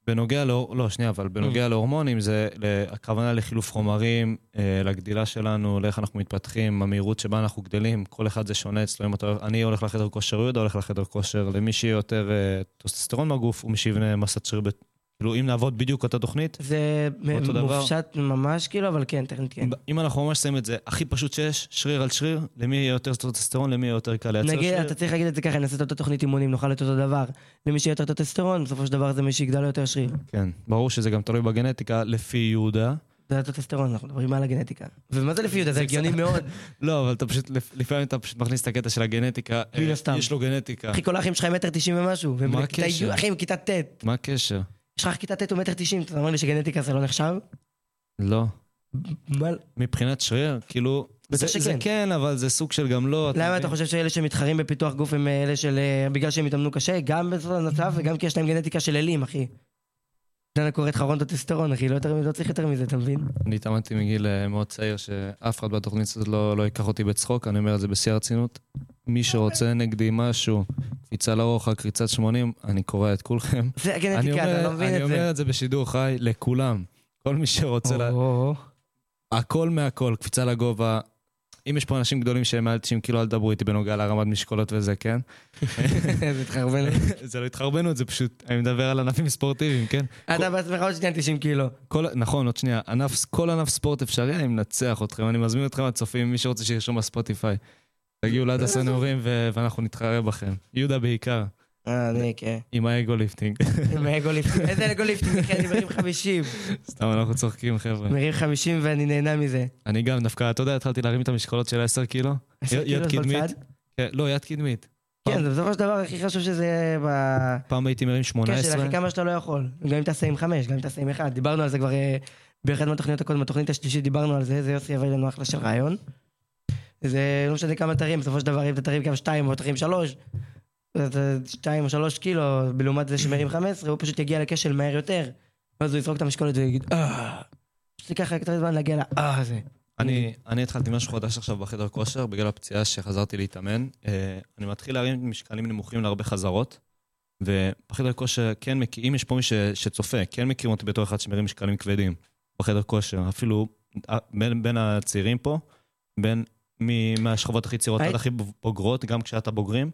בנוגע ל... לא, שנייה, אבל Mm. בנוגע להורמונים, זה ל- הכוונה לחילוף חומרים, אה, לגדילה שלנו, לאיך אנחנו מתפתחים, המהירות שבה אנחנו גדלים, כל אחד זה שונה אצלו. אם אתה... אני הולך לחדר כושר, יהודה הולך לחדר כושר, למי שיהיה יותר אה, טוסטסטרון בגוף, הוא מי שיבנה מסת שריר, בת- כאילו, אם נעבוד בדיוק אותה תוכנית, זה אותו דבר. מופשט ממש כאילו, אבל כן, טכנית כן. אם אנחנו ממש שמים את זה הכי פשוט שיש, שריר על שריר, למי יהיה יותר טוסטסטרון, למי יהיה יותר קל לייצר נגיד, שריר. אתה צריך להגיד את זה ככה, נעשה את אותה תוכנית אימונים, נאכל את אותו דבר. למי שיהיה יותר טסטסטרון, בסופו של דבר זה מי שיגדל לו יותר שריר. כן, ברור שזה גם תלוי בגנטיקה, לפי יהודה. זה הטסטסטרון, אנחנו מדברים על הגנטיקה. ומה זה לפי יהודה? זה זה הגיוני מאוד. לא, אבל אתה פשוט, לפ- לפעמים אתה פשוט מכניס את הקטע של הגנטיקה. מן אה, הסתם. יש לו גנטיקה. אחי, כל האחים שלך הם מטר תשעים ומשהו. והם מה בכיתה י', הקשר? אחי, הם כיתה ט'. מה הקשר? יש לך כיתה ט' הוא מטר תשעים, אתה אומר לי שגנטיקה זה לא נחשב? לא. מה- מבחינת שריר, כאילו... בטח זה, זה שכן. כן, אבל זה סוג של גם לא. למה אתה מבין? חושב שאלה שמתחרים בפיתוח גוף הם אלה של... אה, בגלל שהם התאמנו קשה? גם בסוד הנצף וגם כי יש להם גנטיקה של אלים, אחי. דנה קוראת לך רון טסטסטרון, אחי, לא יותר- לא צריך יותר מזה, אתה מבין? אני התאמנתי מגיל אה, מאוד צעיר, שאף אחד בתוכנית הזאת לא, לא ייקח אותי בצחוק, אני אומר את זה בשיא הרצינות. מי שרוצה נגדי משהו, קפיצה לרוחק, קריצת 80, אני קורע את כולכם. זה אני הגנטיקה, אתה לא אומר, מבין אני את זה. אומר את זה בשידור חי לכולם. כל מי שרוצה, לה... או, או, או. הכל מהכל, קפיצה לגובה. אם יש פה אנשים גדולים שהם מעל 90 קילו, אל תדברו איתי בנוגע להרמת משקולות וזה, כן? זה התחרבן. זה לא התחרבנות, זה פשוט, אני מדבר על ענפים ספורטיביים, כן? אתה בעצמך עוד שנייה 90 קילו. כל, נכון, עוד שנייה, ענף, כל ענף ספורט אפשרי, אני מנצח אתכם, אני מזמין אתכם לצופים, מי שרוצה שירשום בספוטיפיי. תגיעו ליד הסנורים ו- ואנחנו נתחרה בכם. יהודה בעיקר, אה, אני כן. עם האגו ליפטינג. עם האגו ליפטינג. איזה אגו ליפטינג, אחי, אני מרים 50. סתם, אנחנו צוחקים, חבר'ה. מרים 50 ואני נהנה מזה. אני גם, דווקא, אתה יודע, התחלתי להרים את המשקולות של 10 קילו. עשר יד קילו לכל קדמית. אה. צד? כן, לא, יד קדמית. כן, זה בסופו של דבר הכי חשוב שזה ב- פעם הייתי כן, מרים קשל, 18. אחי, כמה שאתה לא יכול. גם אם תעשה עם חמש, גם אם תעשה עם אחד. דיברנו על זה כבר אה, באחת מהתוכניות הקודמות, בתוכנית השלישית דיברנו על זה, איזה יוסי הביא לנו אחלה של רעיון. זה לא משנה כמה תרים, בסופו של דבר אם אתה תרים גם שתיים או תרים שלוש, אז, אה, שתיים או שלוש קילו, לעומת זה שמרים חמש עשרה, הוא פשוט יגיע לכשל מהר יותר. ואז הוא יזרוק את המשקולת ויגיד, אה... פשוט ייקח לך קצת זמן להגיע ל... אה, זה. אני, אני התחלתי משהו חדש עכשיו בחדר כושר, בגלל הפציעה שחזרתי להתאמן. אה, אני מתחיל להרים משקלים נמוכים להרבה חזרות, ובחדר כושר כן מכיר, אם יש פה מי ש, שצופה, כן מכירים אותי בתור אחד שמרים משקלים כבדים בחדר כושר, אפילו אה, בין, בין הצעירים פה, בין מ- מהשכבות הכי צעירות היי- עד הכי בוגרות, גם כשאתה בוגרים,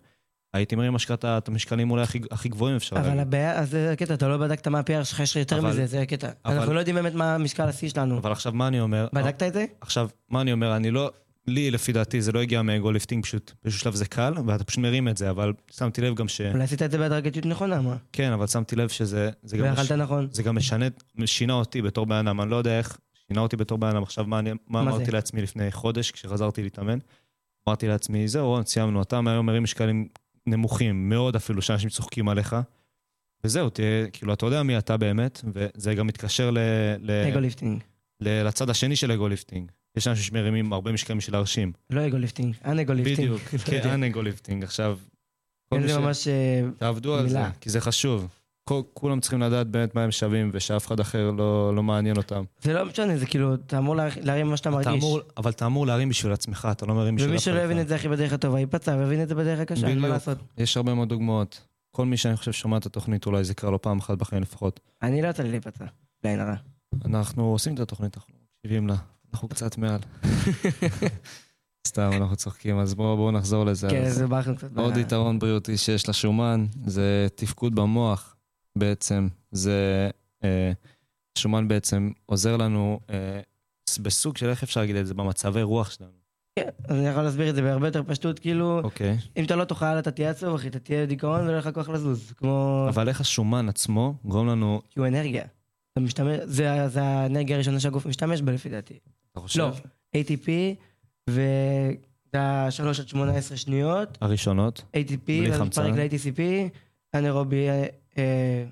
הייתי מרים משקעת את המשקלים אולי הכי, הכי גבוהים אפשר. אבל להגיד. הבעיה, אז זה הקטע, אתה לא בדקת מה ה-PR שלך, יש לך יותר אבל- מזה, זה הקטע. אבל- אנחנו לא יודעים באמת מה המשקל השיא שלנו. אבל כן. עכשיו מה אני אומר? בדקת את זה? עכשיו, מה אני אומר? אני לא... לי, לפי דעתי, זה לא הגיע מאגו ליפטינג, פשוט באיזשהו שלב זה קל, ואתה פשוט מרים את זה, אבל שמתי לב גם ש... אולי עשית את זה בהדרגתיות נכונה, מה? כן, אבל שמתי לב שזה... זה גם, ואכלת נכון. זה גם משנה, שינה אותי בתור בן אדם, אני לא יודע איך שינה אותי בתור בן אדם. עכשיו, מה, אני, מה, מה אמרתי זה? לעצמי לפני חודש, כשחזרתי להתאמן? אמרתי לעצמי, זהו, רון, סיימנו, אתה מהיום מרים משקלים נמוכים, מאוד אפילו, שאנשים צוחקים עליך, וזהו, תהיה, כאילו, אתה יודע מי אתה באמת, וזה גם מתקשר ל... ל- אגו ליפטינג. ל- לצד השני של אגו ליפטינג. יש אנשים שמרימים הרבה משקלים של הרשים. לא אגו ליפטינג, אנ אגו ליפטינג. לא בדיוק, כן, יודע. כאן אגו ליפטינג. עכשיו, כל אין מי זה ש- ממש... אה, תעבדו על זה, מילה. כי זה חשוב. כל- כולם צריכים לדעת באמת מה הם שווים, ושאף אחד אחר לא לא מעניין אותם. זה לא משנה, זה כאילו, אתה אמור לה- להרים מה שאתה אתה מרגיש. אמור- אבל אתה אמור להרים בשביל עצמך, אתה לא מרים בשביל ומי שלא אף יבין אחד. את זה, אחי, בדרך הטובה, ייפצע, ויבין את זה בדרך הקשה, אין מה בדיוק. לעשות. יש הרבה מאוד דוגמאות. כל מי שאני חושב שומע את התוכנית, אולי זה קרה לו פעם אחת בחיים לפחות. אני לא יצא לי להיפצע. לא, אין הרע. אנחנו עושים את התוכנית, אנחנו מקשיבים לה. אנחנו קצת מעל. סתם, אנחנו צוחקים, אז בואו בואו נחזור לזה. כן, אז- זה ברחנו קצת. ב- לא, עוד יתרון בריאותי שיש לשומן, זה תפקוד במוח בעצם. זה... אה, שומן בעצם עוזר לנו אה, ס- בסוג של, איך אפשר להגיד את זה? במצבי רוח שלנו. כן, אז אני יכול להסביר את זה בהרבה יותר פשטות, כאילו, אוקיי. אם אתה לא תאכל, אתה תהיה עצוב, אחי, אתה תהיה בדיכאון ולא יהיה לך כוח לזוז. כמו... אבל איך השומן עצמו גורם לנו... כי הוא אנרגיה. אתה משתמש... זה זה האנרגיה הראשונה שהגוף משתמש בה, לפי דעתי. אתה חושב? לא. ATP, וזה ה-3 עד 18 שניות. הראשונות? ATP, בלי ואז חמצן. מתפרק ל-ATCP, אנאירובי, אה, אה,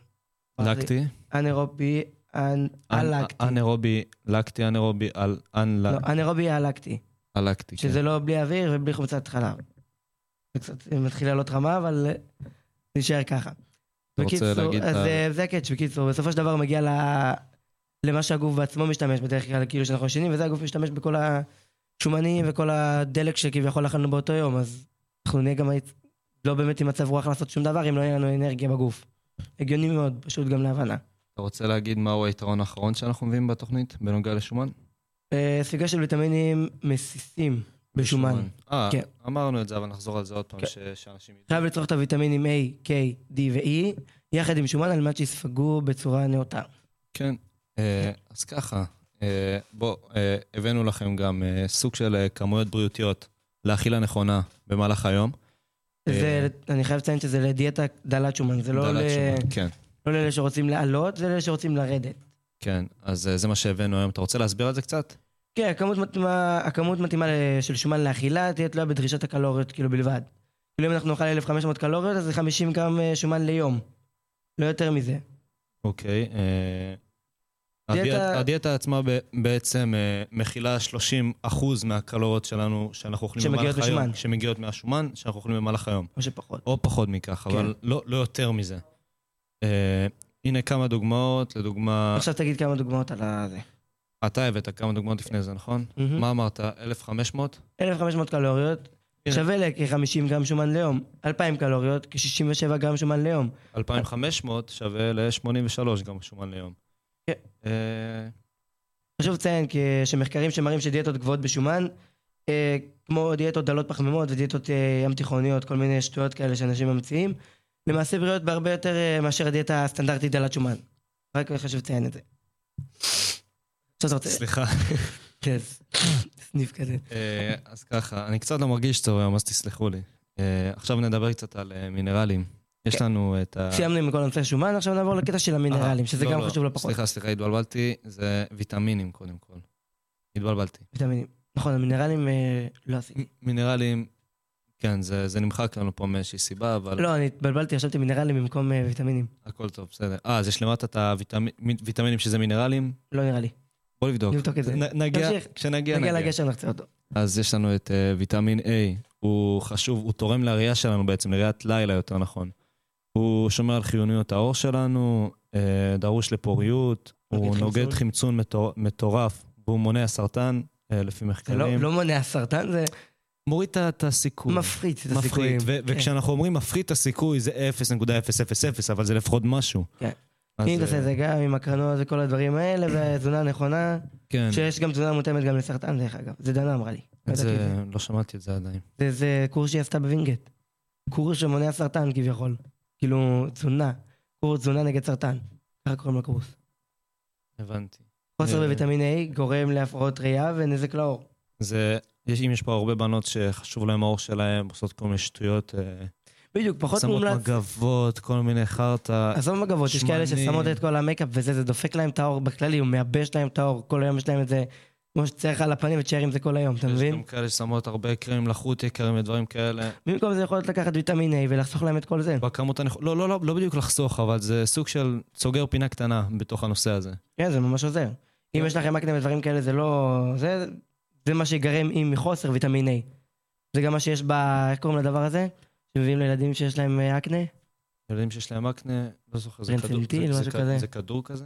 לקטי? אנאירובי, אנ- אלקטי. אנאירובי, לקטי, אנאירובי, על- אנ- לא, אנאירובי אלקטי, הלקטי. כן. שזה לא בלי אוויר ובלי חומצת חלב. זה קצת מתחיל לעלות רמה, אבל אה, נשאר ככה. אתה רוצה בקיצור, להגיד את אז ה- אה, זה הקאץ', בקיצור, בסופו של דבר מגיע ל- למה שהגוף בעצמו משתמש בדרך כלל, כאילו שאנחנו ישנים, וזה הגוף משתמש בכל השומנים וכל הדלק שכביכול אכלנו באותו יום, אז אנחנו נהיה גם היצ- לא באמת עם מצב רוח לעשות שום דבר אם לא יהיה לנו אנרגיה בגוף. הגיוני מאוד, פשוט גם להבנה. אתה רוצה להגיד מהו היתרון האחרון שאנחנו מביאים בתוכנית בנוגע לשומן? אה, ספיגה של ויטמינים מסיסים בשומן. אה, כן. אמרנו את זה, אבל נחזור על זה עוד פעם, כן. ש- שאנשים ידעו. חייב לצרוך את הוויטמינים A, K, D ו-E, יחד עם שומן על מנת שיספגו בצורה נאותה. כן. אה, אז ככה, אה, בוא, אה, הבאנו לכם גם אה, סוג של אה, כמויות בריאותיות לאכילה נכונה במהלך היום. אה, זה, אני חייב לציין שזה לדיאטה דלת שומן, זה לא דלת ל- שומן, כן, לא לאלה שרוצים לעלות, זה לאלה שרוצים לרדת. כן. אז אה, זה מה שהבאנו היום. אתה רוצה להסביר על זה קצת? כן, הכמות מתאימה, הכמות מתאימה ל- של שומן לאכילה תהיה תלויה בדרישת הקלוריות, כאילו בלבד. כאילו אם אנחנו נאכל 1,500 קלוריות, אז זה 50 גרם אה, שומן ליום. לא יותר מזה. אוקיי. אה, דיאטה- הדיאט- הדיאטה עצמה ב- בעצם אה, מכילה 30% מהקלוריות שלנו שאנחנו אוכלים שמגיעות במהלך היום. משומן. שמגיעות מהשומן, שאנחנו אוכלים במהלך היום. או שפחות. או פחות מכך, כן. אבל לא לא יותר מזה. אה, הנה כמה דוגמאות, לדוגמה, עכשיו תגיד כמה דוגמאות על הזה. אתה הבאת כמה דוגמאות לפני זה, נכון? מהמם. מה אמרת? 1,500? 1,500 קלוריות כן. שווה לכ-50 גרם שומן ליום. 2,000 קלוריות, כ-67 גרם שומן ליום. 2,500 שווה ל-83 גם שומן ליום. כן. אה, חשוב לציין כי- שמחקרים שמראים שדיאטות גבוהות בשומן, אה, כמו דיאטות דלות פחמימות ודיאטות אה, ים תיכוניות, כל מיני שטויות כאלה שאנשים ממציאים, למעשה בריאות בהרבה יותר אה, מאשר הדיאטה הסטנדרטית דלת שומן. רק חשוב לציין את זה. עכשיו אתה רוצה... סליחה. כן, סניף כזה. אה, אז ככה, אני קצת לא מרגיש טוב היום, אז תסלחו לי. אה, עכשיו נדבר קצת על אה, מינרלים. כן. יש לנו את ה... סיימנו עם כל הנושא שומן, עכשיו נעבור לקטע של המינרלים, אה, שזה לא, גם לא. חשוב לא פחות. סליחה, סליחה, התבלבלתי, זה ויטמינים קודם כל. התבלבלתי. ויטמינים. נכון, המינרלים אה, לא עשיתי. מ- מינרלים, כן, זה זה נמחק לנו פה מאיזושהי סיבה, אבל... לא, אני התבלבלתי, חשבתי מינרלים במקום אה, ויטמינים. הכל טוב, בסדר. אה, אז יש למטה את הוויטמינים שזה מינרלים? לא נראה לי. בוא נבדוק. נבדוק את זה. נ- נגיע, תמשיך. כשנגיע נגיע כן, נגיע. לגשר נחצה אותו. אז יש לנו את אה, ויטמין A, הוא חשוב, הוא תורם לראייה שלנו בעצם, לראיית לילה יותר נכון. הוא שומר על חיוניות האור שלנו, אה, דרוש לפוריות, נוגד הוא נוגד חמצון. חמצון מטור- מטורף, והוא מונע סרטן, אה, לפי זה לא מחקרים. לא מונע סרטן, זה מוריד את ה- את הסיכוי. מפחית את הסיכויים. מפחית, ו- כן. וכשאנחנו אומרים מפחית את הסיכוי זה 0.000, אבל זה לפחות משהו. כן. אז, אם תעשה אה, את זה גם עם הקרנות וכל הדברים האלה, ותזונה נכונה, כן. שיש גם תזונה מותאמת גם לסרטן, דרך אגב. זה דנה אמרה לי. לא את ידעתי את זה, זה. לא שמעתי את זה עדיין. זה- זה קורס שהיא עשתה בווינגייט. קורס שמונע סרטן כביכול. כאילו, תזונה. קורס תזונה נגד סרטן. ככה קוראים לקורס. הבנתי. חוסר אה. בוויטמין A גורם להפרעות ראייה ונזק לאור. זה, יש, אם יש פה הרבה בנות שחשוב להן האור שלהן, עושות כל מיני שטויות, אה, בדיוק, פחות שמות מומלץ. מגבות, כל מיני חרטא. עזוב מגבות, יש כאלה שמנים. ששמות את כל המייקאפ וזה, זה דופק להם את האור בכללי, הוא מייבש להם את האור, כל היום יש להם את זה, כמו שצריך על הפנים ותשאר עם זה כל היום, אתה יש מבין? גם כאלה ששמות הרבה קרמים לחוט יקרים ודברים כאלה. במקום זה יכול להיות לקחת ויטמין A ולחסוך להם את כל זה. בכמות הנכונה, לא, לא, לא, לא בדיוק לחסוך, אבל זה סוג של סוגר פינה קטנה בתוך הנושא הזה. כן, זה ממש עוזר. אם כן. יש לכם אקנה ודברים כאלה, זה לא... זה, זה מה שיגרם אם מחוסר ויטמין A. זה גם מה שיש ב... איך קוראים לדבר הזה? שמביאים לילדים שיש להם אה, אקנה? ילדים שיש להם אקנה, לא זוכר, זה כדור, טרנטילטיל, זה, זה, משהו כ- כזה. זה כדור כזה?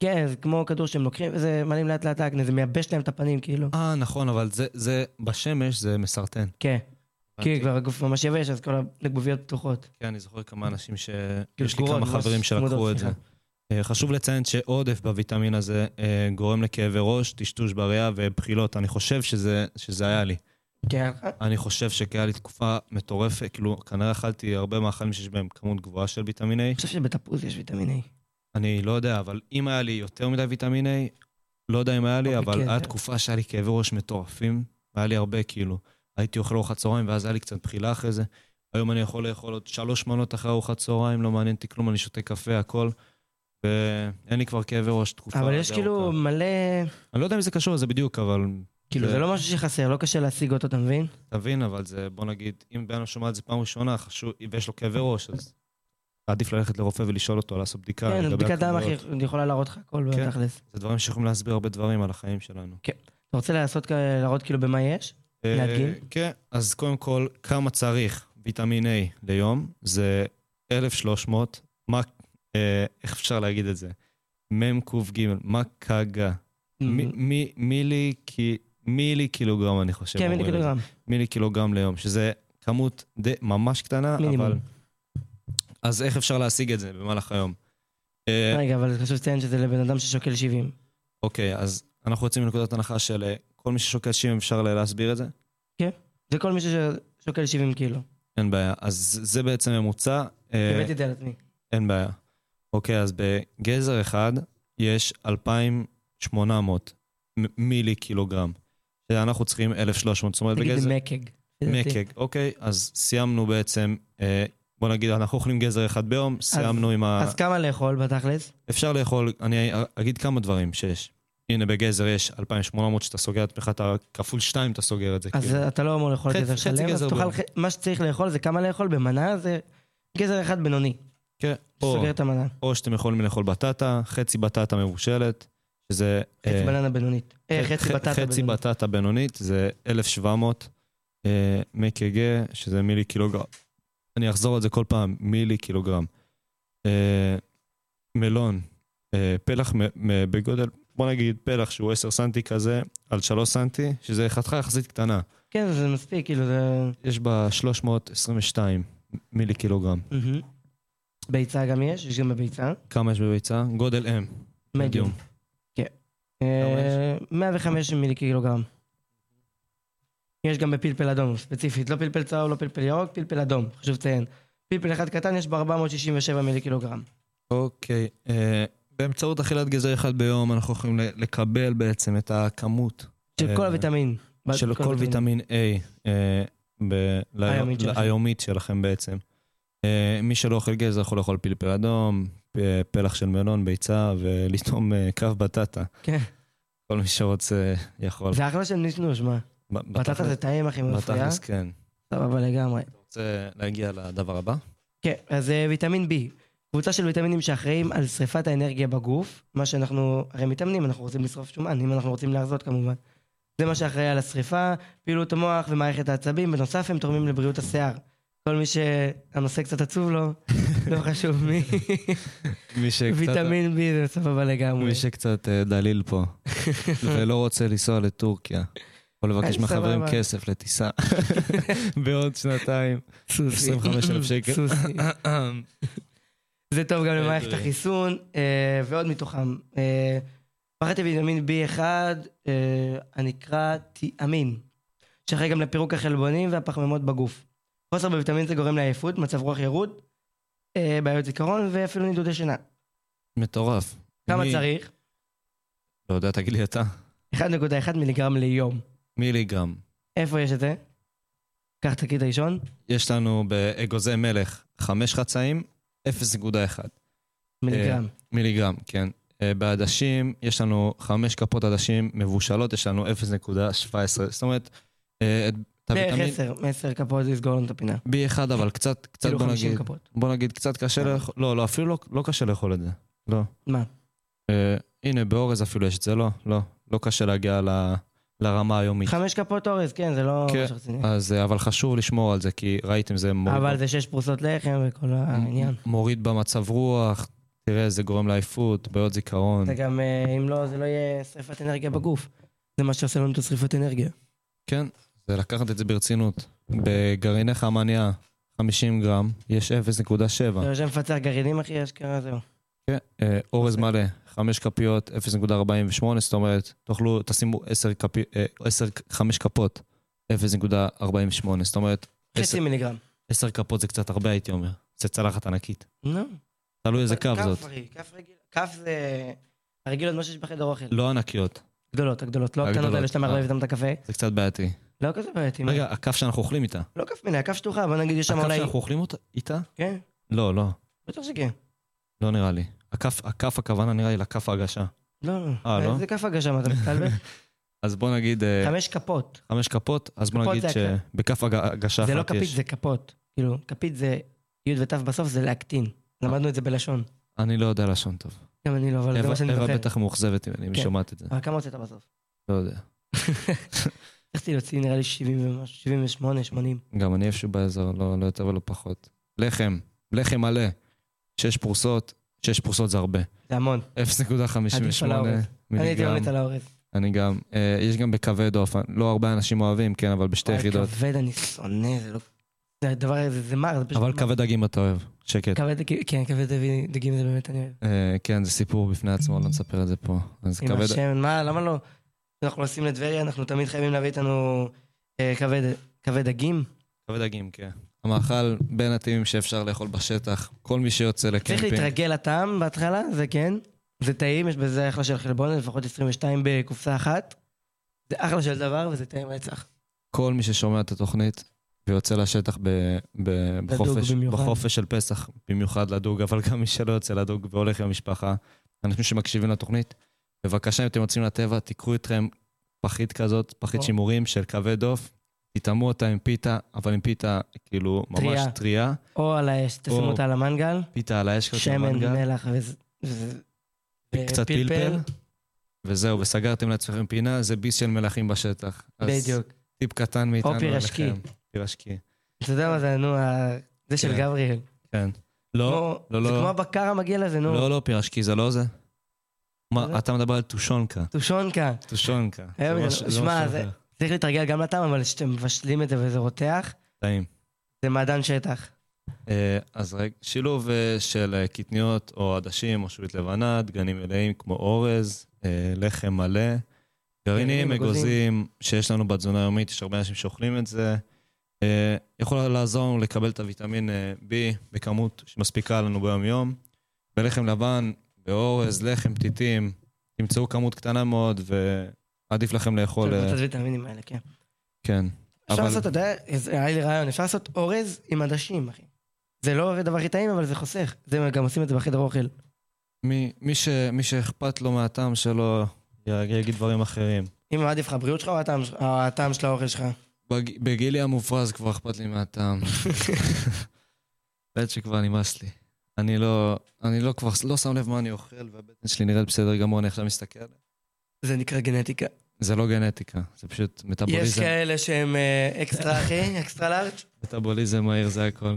כן, זה כמו כדור שהם לוקחים, זה מעלים לאט לאט לאקנה, זה מייבש להם את הפנים, כאילו. אה, נכון, אבל זה, זה, בשמש זה מסרטן. כן, כי הבנתי. כבר הגוף ממש יבש, אז כל הגבוביות פתוחות. כן, אני זוכר כמה אנשים ש... כאילו יש לי סגורות, כמה ממש חברים שלקחו צמודות, את זה. סליחה. אה, חשוב לציין שעודף בוויטמין הזה אה, גורם לכאבי ראש, טשטוש בריאה ובחילות. אני חושב שזה, שזה היה לי. כן, אני חושב שהיה לי תקופה מטורפת, כאילו, כנראה אכלתי הרבה מאכלים שיש בהם כמות גבוהה של ויטמין A. אני חושב שבתפוז יש ויטמין A. אני לא יודע, אבל אם היה לי יותר מדי ויטמין A, לא יודע אם היה לי, אוקיי, אבל כן, היה זה- תקופה שהיה לי כאבי ראש מטורפים, היה לי הרבה, כאילו. הייתי אוכל ארוחת צהריים, ואז היה לי קצת בחילה אחרי זה. היום אני יכול לאכול עוד שלוש מנות אחרי ארוחת צהריים, לא מעניין אותי כלום, אני שותה קפה, הכל. ואין לי כבר כאבי ראש תקופה. אבל יש די כאילו ארוכה. מלא... אני לא יודע אם זה קשור לזה בדיוק, אבל... כאילו, זה- זה לא משהו שחסר, לא קשה להשיג אותו, אתה מבין? תבין, אבל זה, בוא נגיד, אם בן אדם שומע את זה פעם ראשונה, חשוב, ויש לו כאבי ראש, אז עדיף ללכת לרופא ולשאול אותו, לעשות בדיקה. כן, לגבי בדיקת דם, הכמויות. אחי, אני יכולה להראות לך הכל כן. בתכלס. זה דברים שיכולים להסביר הרבה דברים על החיים שלנו. אתה רוצה לעשות, כאלה- להראות כאילו במה יש? להדגים? אה, כן, אז קודם כל, כמה צריך ויטמין A ליום? זה 1,300, מה, אה, איך אפשר להגיד את זה? מ"קג, מקגה. מ- מ- מילי קי- מילי קילוגרם, אני חושב. כן, אומרים מילי את זה. קילוגרם. מילי קילוגרם ליום, שזה כמות די, ממש קטנה, מינימום. אבל... אז איך אפשר להשיג את זה במהלך היום? אה, רגע, אבל חשוב לציין שזה לבן אדם ששוקל 70. אוקיי, אז אנחנו יוצאים מנקודת הנחה של אה, כל מי ששוקל 70 אפשר להסביר את זה? וכל מישהו ששוקל 70 קילו. אין בעיה. אז זה בעצם ממוצע. אה, הבאתי את זה על עצמי. אין בעיה. אוקיי, אז בגזר אחד יש 2,800 מ- מילי קילוגרם. אנחנו צריכים 1,300, זאת אומרת תגיד בגזר... מקג. מקג, אוקיי, אז סיימנו בעצם, אה, בוא נגיד, אנחנו אוכלים גזר אחד ביום, סיימנו עם ה... אז כמה לאכול בתכלס? אפשר לאכול, אני אגיד כמה דברים שיש. הנה, בגזר יש 2,800 שאתה סוגר את עצמך, אתה כפול 2 אתה סוגר את זה. אז כאילו. אתה לא אמור לאכול חצי- גזר חצי שלם, אז גזר תאכל, ביום. ח- מה שצריך לאכול זה כמה לאכול במנה, זה גזר אחד בינוני, כן, או- סוגר את המנה. או שאתם יכולים לאכול בטטה, חצי בטטה מבושלת, שזה... חצי אה, בננה בינונית. אה, ח- חצי ח- בטטה חצי בינונית. בטטה בינונית, זה 1,700 אה, מק"ג, שזה מילי קילוגרם. אני אחזור על זה כל פעם, מילי קילוגרם. אה, מלון, אה, פלח מ- מ- בגודל, בוא נגיד פלח שהוא 10 סנטי כזה, על 3 סנטי, שזה חתיכה יחסית קטנה. כן, זה מספיק, כאילו זה... יש בה 322 מילי קילוגרם. מהמם. ביצה גם יש, יש גם בביצה. כמה יש בביצה? גודל M. מדיום. כן. אה, 105 מילי קילוגרם. יש גם בפלפל אדום, ספציפית. לא פלפל צהוב, לא פלפל ירוק, פלפל אדום, חשוב לציין. פלפל אחד קטן יש ב-467 מילי קילוגרם. אוקיי. אה, באמצעות אכילת גזר אחד ביום, אנחנו יכולים ל- לקבל בעצם את הכמות של כל אה, הוויטמין. של כל ויטמין A אה, ב- ל- היומית שלכם. ליומית שלכם בעצם. אה, מי שלא אוכל גזר יכול לאכול פלפל אדום, פ- פלח של מלון, ביצה ולטעום אה, כף בטטה. כן. כל מי שרוצה יכול. זה אחלה של נשנוש, מה? ב- בטטה זה טעים, אחי, מפריע. בתכלס, כן. סבבה לגמרי. אתה רוצה להגיע לדבר הבא? כן, אז אה, ויטמין B. קבוצה של ויטמינים שאחראים על שריפת האנרגיה בגוף, מה שאנחנו, הרי מתאמנים, אנחנו רוצים לשרוף שומן, אם אנחנו רוצים להרזות כמובן. זה מה שאחראי על השריפה, פעילות המוח ומערכת העצבים, בנוסף הם תורמים לבריאות השיער. כל מי שהנושא קצת עצוב לו, לא חשוב מי, מי שקצת- ויטמין B זה סבבה לגמרי. מי שקצת אה, דליל פה ולא רוצה לנסוע לטורקיה, או לבקש אה, מהחברים סבבה. כסף לטיסה בעוד שנתיים, 25,000 שקל. סוסי. זה טוב גם למערכת בדיוק. החיסון, אה, ועוד מתוכם. אה, מערכת הוויטמין B1 אה, הנקרא תיאמין, שאחראי גם לפירוק החלבונים והפחמימות בגוף. חוסר בוויטמין זה גורם לעייפות, מצב רוח ירוד, אה, בעיות זיכרון ואפילו נידודי שינה. מטורף. כמה מי- צריך? לא יודע, תגיד לי אתה. 1.1 מיליגרם ליום. מיליגרם. איפה יש את זה? קח את הקיט הראשון. יש לנו באגוזי מלך חמש חצאים, 0.1 אה, מיליגרם. מיליגרם, כן. אה, בעדשים, יש לנו חמש כפות עדשים מבושלות, יש לנו 0.17. זאת אומרת, אה, את את בערך הוויטמין 10, 10 כפות זה יסגור לנו את הפינה. B1, אבל קצת, קצת כאילו בוא 50 נגיד, כפות. בוא נגיד קצת קשה אה. לאכול, לא, לא, אפילו לא, לא קשה לאכול את זה. לא. מה? אה, הנה, באורז אפילו יש את זה, לא, לא. לא קשה להגיע ל, לרמה היומית. חמש כפות אורז, כן, זה לא כן. משהו רציני. אז, אה, אבל חשוב לשמור על זה, כי ראיתם זה מוריד, אבל זה שש פרוסות לחם וכל אה, העניין. מוריד במצב רוח, תראה, זה גורם לעייפות, בעיות זיכרון. זה גם, אה, אם לא, זה לא יהיה שריפת אנרגיה אה. בגוף. זה מה שעושה לנו את השריפת אנרגיה. כן, זה לקחת את זה ברצינות. בגרעיני חמניה, 50 גרם, יש 0.7. אתה יושב מפצח גרעינים, אחי, אשכרה זהו. כן, אה, אורז מלא, 5 כפיות, 0.48, זאת אומרת, תאכלו, תשימו 10 כפיות, 5 כפות, 0.48, זאת אומרת, חצי מיליגרם. 10 כפות זה קצת הרבה, הייתי אומר. זה צלחת ענקית. נו. תלוי איזה קו זאת. כף, אחי, כף רגיל. כף זה... הרגילות, מה שיש בחדר אוכל. לא ענקיות, גדולות, הגדולות, לא הקטנות הגדולות, האלה שאתה מערבב אה. איתן את הקפה. זה קצת בעייתי. לא כזה בעייתי. מה? רגע, הכף שאנחנו אוכלים איתה. לא כף מיני, הכף שטוחה, בוא נגיד יש שם הכף אולי... שאנחנו אוכלים אותה- איתה? כן, לא, לא, בטח שכן. לא נראה לי. הכף, הכף הכוונה נראה לי לכף ההגשה. לא, אה, לא. לא? זה כף הגשה, מה אתה מתעלבן? אז בוא נגיד אה, חמש כפות. חמש כפות, אז בוא כפות נגיד זה הכף. שבכף הג- הגשה אחת יש. זה לא כפית, זה כפות. כאילו, כפית זה י' ות' בסוף, זה להקטין. למדנו את זה בלשון. אני לא יודע לשון טוב. גם אני לא, אבל זה אווה מה שאני אווה זוכר. בטח מאוכזבת אם אני כן. שומעת את זה. אבל כמה הוצאת בסוף? לא יודע. הצלחתי להוציא נראה לי 70 ומשהו, 78, 80. גם אני איפשהו באזור, לא לא יותר ולא פחות. לחם, לחם מלא, שש פרוסות, שש פרוסות זה הרבה. זה המון. 0.58 על האורז. אני הייתי מיליגרם. ממליץ על האורז. אני גם. אה, יש גם בכבד אופן. לא הרבה אנשים אוהבים, כן, אבל בשתי וואי, יחידות. אוקיי, כבד אני שונא, זה לא... זה הדבר הזה, זה מר, זה פשוט... אבל מר. כבד דגים אתה אוהב. שקט. כבד, כן, כבד דגים זה באמת אני אוהב. אה, כן, זה סיפור בפני עצמו, לא נספר את זה פה. אז עם כבד... השמן, מה, למה לא? אנחנו נוסעים לטבריה, אנחנו תמיד חייבים להביא איתנו אה, כבד- כבד דגים. כבד דגים, כן. המאכל בין הטעימים שאפשר לאכול בשטח. כל מי שיוצא צריך לקמפינג. להתרגל לטעם בהתחלה, זה כן. זה טעים, יש בזה אחלה של חלבונת, לפחות 22 בקופסה אחת. זה אחלה של דבר וזה טעים רצח. כל מי ששומע את התוכנית ויוצא לשטח ב- ב- בחופש, במיוחד. בחופש של פסח, במיוחד לדוג, אבל גם מי שלא יוצא לדוג והולך עם המשפחה, אנשים שמקשיבים לתוכנית, בבקשה, אם אתם יוצאים לטבע, תיקחו איתכם פחית כזאת, פחית או. שימורים של כבד עוף, תטעמו אותה עם פיתה, אבל עם פיתה כאילו ממש טריה. טריה, או על האש, תשימו או- אותה על המנגל, פיתה על האש כזאת, שמן, במנגל, מלח וזה- וזה- קצת פלפל, וזהו, וסגרתם לעצמכם פינה, זה ביס של מלכים בשטח. אז בדיוק. טיפ קטן מאיתנו אליכם. פירשקי. פירשקי, אתה יודע מה זה, נו, ה- זה של כן. גבריאל. כן. לא, כמו- לא, זה לא. כמו הבקר המגעיל הזה, נו. לא, לא פירשקי, זה לא זה. לא. מה, אתה מדבר על טושונקה. טושונקה. טושונקה. זה אה, ממש- זה שמע, משהו זה- אחר. צריך להתרגל גם לטעם, אבל כשאתם מבשלים את זה וזה רותח, טעים. זה מעדן שטח. אה, אז רגע, שילוב אה, של אה, קטניות או עדשים או שביט לבנה, דגנים מלאים כמו אורז, אה, לחם מלא, גרעינים, גרעינים, אגוזים שיש לנו בתזונה היומית, יש הרבה אנשים שאוכלים את זה. אה, יכול לעזור לנו לקבל את הוויטמין אה, B בכמות שמספיקה לנו ביום-יום. בלחם לבן, באורז, לחם, פתיתים, תמצאו כמות קטנה מאוד ועדיף לכם לאכול, צריך אה, לתת ויטמינים האלה, כן. כן. אפשר אבל- לעשות, אתה יודע, אז היה לי רעיון, אפשר לעשות אורז עם עדשים, אחי. זה לא הדבר הכי טעים, אבל זה חוסך. זה גם עושים את זה בחדר אוכל. מי, מי, ש, מי שאכפת לו מהטעם שלו, י- יגיד דברים אחרים. אם עדיף לך הבריאות שלך או הטעם ש- או הטעם של האוכל שלך? בג, בגילי המופרז כבר אכפת לי מהטעם. בעת שכבר נמאס לי. אני לא, אני לא כבר, לא שם לב מה אני אוכל, והבטן שלי נראית בסדר גמור, אני עכשיו מסתכל. זה נקרא גנטיקה. זה לא גנטיקה, זה פשוט יש מטאבוליזם. כאלה שהם אה, אקסטרה, אחי, אקסטרה לארג'. מטאבוליזם מהיר, זה הכל.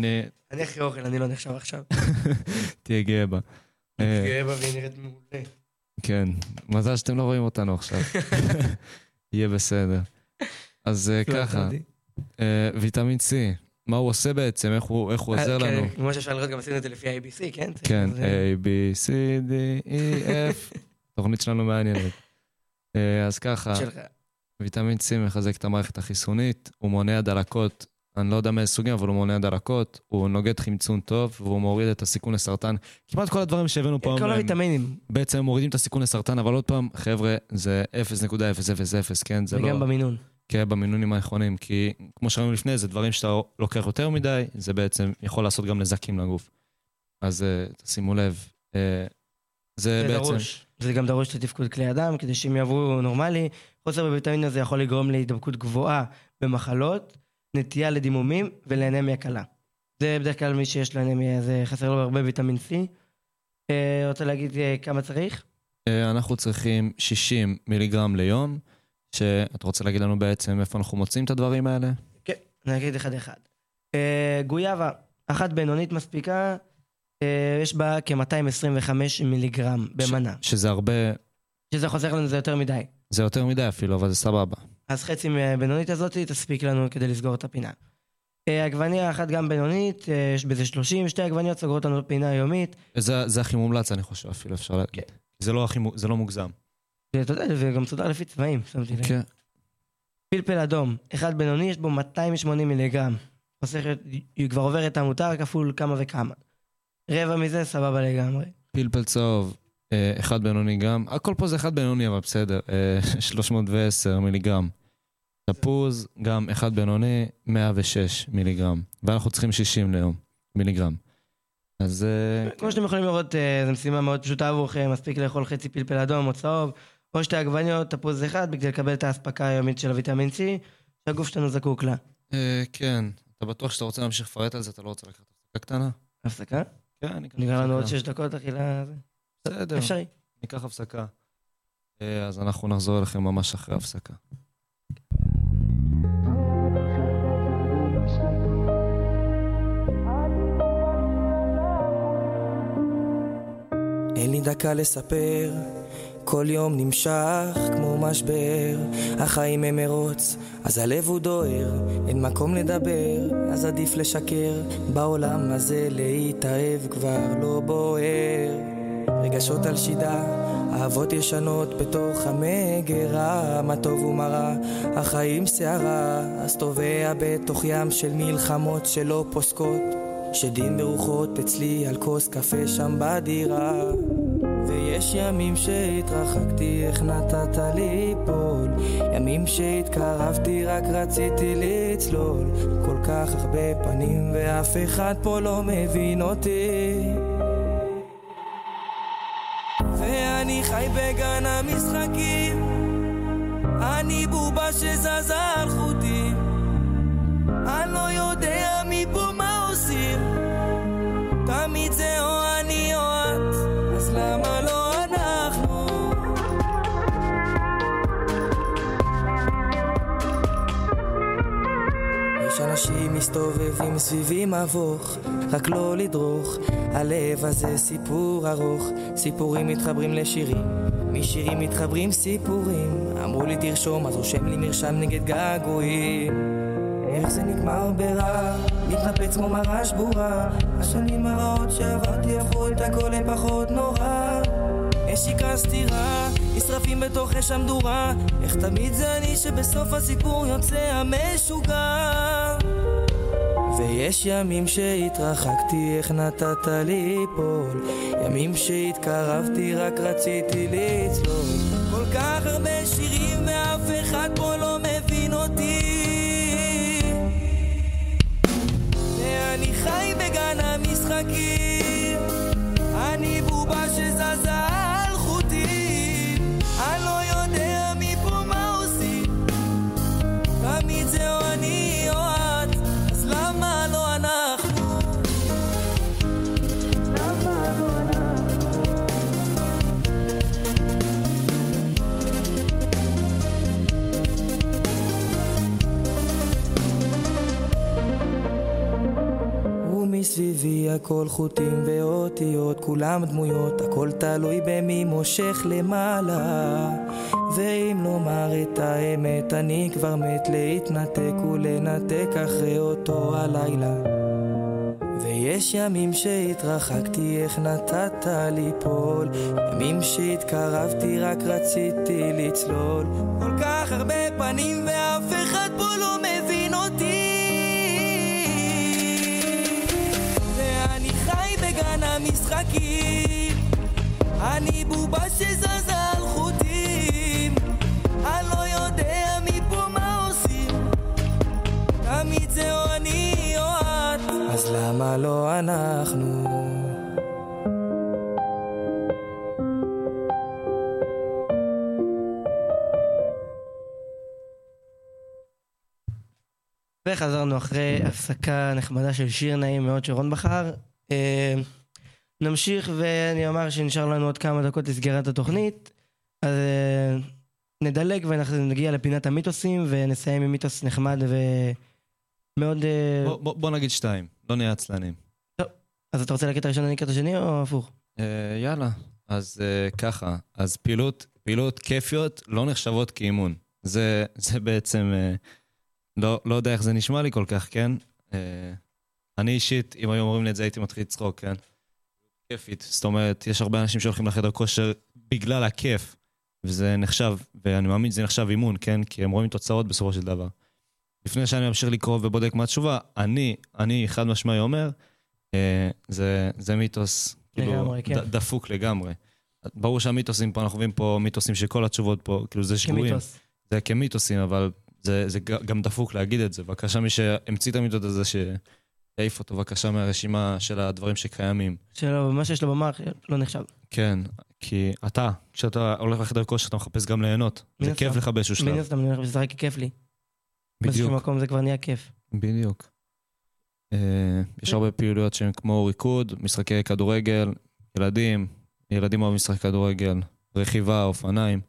אני, אני אחרי אוכל, אני לא נחשב עכשיו. אה, תהיה גאה בה. אה, גאה בה והיא נראית מעולה. כן, מזל שאתם לא רואים אותנו עכשיו. יהיה בסדר. אז לא, אה, ככה, אה, ויטמין C, מה הוא עושה בעצם? איך הוא איך הוא עוזר אה, לנו? כן, כמו שאפשר לראות, גם עשינו את זה לפי ה-ABC, כן? כן, זה- A, B, C, D, E, F. תוכנית שלנו מעניינת. אה, אז ככה, שלך. ויטמין C מחזק את המערכת החיסונית, הוא מונע דלקות, אני לא יודע מאיזה סוגים, אבל הוא מונע דלקות, הוא נוגד חמצון טוב, והוא מוריד את הסיכון לסרטן. כמעט כל הדברים שהבאנו פה, כל הם- הוויטמינים, בעצם מורידים את הסיכון לסרטן, אבל עוד פעם, חבר'ה, זה 0.000, כן? זה לא... וגם במינון. כן, במינונים הנכונים, כי כמו שראינו לפני, זה דברים שאתה לוקח יותר מדי, זה בעצם יכול לעשות גם נזקים לגוף. אז אה, תשימו לב, אה, זה זה בעצם... דרוש. זה גם דרוש לתפקוד כלי הדם, כדי שהם יעברו נורמלי. חוסר בוויטמין הזה יכול לגרום להידבקות גבוהה במחלות, נטייה לדימומים ולאנמיה קלה. זה בדרך כלל מי שיש לו אנמיה, זה חסר לו הרבה ויטמין C. אה, רוצה להגיד אה, כמה צריך? אה, אנחנו צריכים 60 מיליגרם ליום, שאתה רוצה להגיד לנו בעצם איפה אנחנו מוצאים את הדברים האלה? אני אגיד אחד אחד. אה, גויאבה, אחת בינונית מספיקה, אה, יש בה כ-225 מיליגרם במנה. שזה הרבה, שזה חוסר לנו זה יותר מדי. זה יותר מדי אפילו, אבל זה סבבה. אז חצי מהבינונית הזאת תספיק לנו כדי לסגור את הפינה. אה, עגבניה אחת גם בינונית, אה, יש בזה 30, שתי עגבניות סוגרות לנו פינה יומית. זה, זה הכי מומלץ, אני חושב, אפילו אפשר להגיד. זה לא, הכי, מו- זה לא מוגזם. ואתה יודע, זה גם סודר לפי צבעים, שמתי לב. כן. פלפל אדום, אחד בינוני, יש בו 280 מיליגרם. חוסך, היא כבר עוברת המותר כפול כמה וכמה. רבע מזה סבבה לגמרי. פלפל צהוב, אה, אחד בינוני גם. הכל פה זה אחד בינוני, אבל בסדר. אה, 310 מיליגרם. תפוז, גם אחד בינוני, 106 מיליגרם. ואנחנו צריכים 60 ליום, מיליגרם. אז אה, כמו שאתם יכולים לראות, אה, זו משימה מאוד פשוטה עבורכם, מספיק לאכול חצי פלפל אדום או צהוב, או שתי עגבניות, תפוז אחד, בכדי לקבל את האספקה היומית של הוויטמין C, שהגוף שלנו זקוק לה. אה, כן, אתה בטוח שאתה רוצה להמשיך לפרט על זה, אתה לא רוצה לקחת הפסקה קטנה? הפסקה? כן, אני אקח נגמר לנו עוד הפסקה. שש דקות, אכילה... זה. בסדר, אפשרי. ניקח הפסקה. אה, אז אנחנו נחזור אליכם ממש אחרי ההפסקה. אין לי דקה לספר, כל יום נמשך כמו משבר. החיים הם מרוץ, אז הלב הוא דוהר, אין מקום לדבר, אז עדיף לשקר. בעולם הזה להתאהב כבר לא בוער. רגשות על שידה, אהבות ישנות בתוך המגרה, מה טוב ומה רע, החיים סערה, אז טובע בתוך ים של מלחמות שלא פוסקות. שדים ברוחות אצלי על כוס קפה שם בדירה ויש ימים שהתרחקתי, איך נתת לי ליפול ימים שהתקרבתי, רק רציתי לצלול כל כך הרבה פנים ואף אחד פה לא מבין אותי ואני חי בגן המשחקים אני בובה שזזה על חוטים אני לא יודע מפה מה עושים תמיד זה או אני או את אז למה לא אנחנו? יש אנשים מסתובבים סביבי מבוך רק לא לדרוך הלב הזה סיפור ארוך סיפורים מתחברים לשירים משירים מתחברים סיפורים אמרו לי תרשום אז רושם לי מרשם נגד געגועים איך זה נגמר ברע, מתנפץ כמו מראה שבורה. השנים הרעות שעברתי הפכו את הכל לפחות נורא. יש שקרה סתירה, נשרפים בתוך אש המדורה. איך תמיד זה אני שבסוף הסיפור יוצא המשוגע. ויש ימים שהתרחקתי, איך נתת לי ליפול. ימים שהתקרבתי, רק רציתי לצלול. כל כך הרבה שירים ואף אחד פה לא מבין אותי. ואני חי בגן המשחקים. אני בובה שזזה על חוטים. אני לא יודע מפה מה עושים. תמיד זה או אני או את, אז למה לא אנחנו? ומסביבי הכל חוטים ואותיות, כולם דמויות, הכל תלוי במי מושך למעלה. ואם לומר את האמת, אני כבר מת להתנתק ולנתק אחרי אותו הלילה. ויש ימים שהתרחקתי, איך נתת ליפול, ימים שהתקרבתי, רק רציתי לצלול. כל כך הרבה פנים ואף אחד פה לא מבין אותי. ואני חי בגן המשחקים. אני בובה שזזה על חוטים. אני לא יודע מפה מה עושים. תמיד זה או אני או את. אז למה לא אנחנו? וחזרנו אחרי הפסקה נחמדה של שיר נעים מאוד שרון בחר. אה, נמשיך ואני אומר שנשאר לנו עוד כמה דקות לסגירת התוכנית, אז אה, נדלג ונגיע לפינת המיתוסים ונסיים עם מיתוס נחמד ומאוד... אה, בוא- בוא בוא נגיד שתיים, לא נהיה עצלנים. אז אתה רוצה לקטע ראשון אני קטע שני או הפוך? אה, יאללה. אז אה, ככה, אז פעילות, פעילות כיפיות לא נחשבות כאימון. זה, זה בעצם, אה, לא, לא יודע איך זה נשמע לי כל כך, כן? אה, אני אישית, אם היו אומרים לי את זה, הייתי מתחיל לצחוק, כן? כיפית. זאת אומרת, יש הרבה אנשים שהולכים לחדר כושר בגלל הכיף, וזה נחשב, ואני מאמין שזה נחשב אימון, כן? כי הם רואים תוצאות בסופו של דבר. לפני שאני ממשיך לקרוא ובודק מה התשובה, אני, אני חד משמעי אומר, אה, זה, זה מיתוס, כאילו, לגמרי, כן. ד, דפוק לגמרי. ברור שהמיתוסים פה, אנחנו מביאים פה מיתוסים שכל התשובות פה, כאילו זה שגויים. כמיתוס. זה כמיתוסים, אבל זה, זה ג- גם דפוק להגיד את זה. בבקשה, מי שהמציא את המיתוס הזה, שיעיף אותו בבקשה מהרשימה של הדברים שקיימים. שלא, מה שיש לו במוח לא נחשב. כן, כי אתה, כשאתה הולך לחדר כושר, אתה מחפש גם ליהנות. מן זה הסתם. כיף לך באיזשהו מן שלב. הסתם אני הולך לשחק כי כיף לי. באיזשהו בדיוק, מקום זה כבר נהיה כיף. בדיוק. אה, יש הרבה פעילויות שהן כמו ריקוד, משחקי כדורגל, ילדים, ילדים אוהבים משחק כדורגל, רכיבה, אופניים.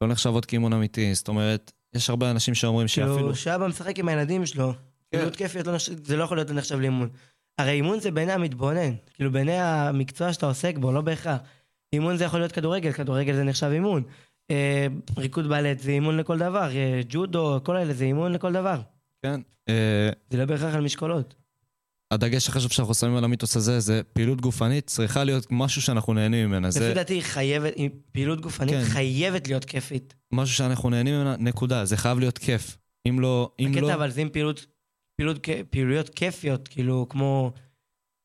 לא נחשבות כאימון אמיתי, זאת אומרת, יש הרבה אנשים שאומרים שאפילו... כן. כאילו, שאבא משחק עם הילדים שלו, פעילות כיפיות, לא נחש- זה לא יכול להיות נחשב לאימון. הרי אימון זה בעיני המתבונן, כאילו בעיני המקצוע שאתה עוסק בו, לא בהכרח. אימון זה יכול להיות כדורגל, כדורגל זה נחשב אימון. אה, ריקוד בלט זה אימון לכל דבר, אה, ג'ודו, כל אלה זה אימון לכל דבר. כן. אה, זה לא בהכרח על משקולות. הדגש החשוב שאנחנו שמים על המיתוס הזה, זה פעילות גופנית צריכה להיות משהו שאנחנו נהנים ממנה. לפי זה דעתי היא חייבת, היא- פעילות גופנית כן. חייבת להיות כיפית. משהו שאנחנו נהנים ממנה, נקודה. זה חייב להיות כיף. אם לא... אם הקטע לא... אבל זה עם פעילות, פעילות, כ- פעילויות כיפיות, כאילו כמו,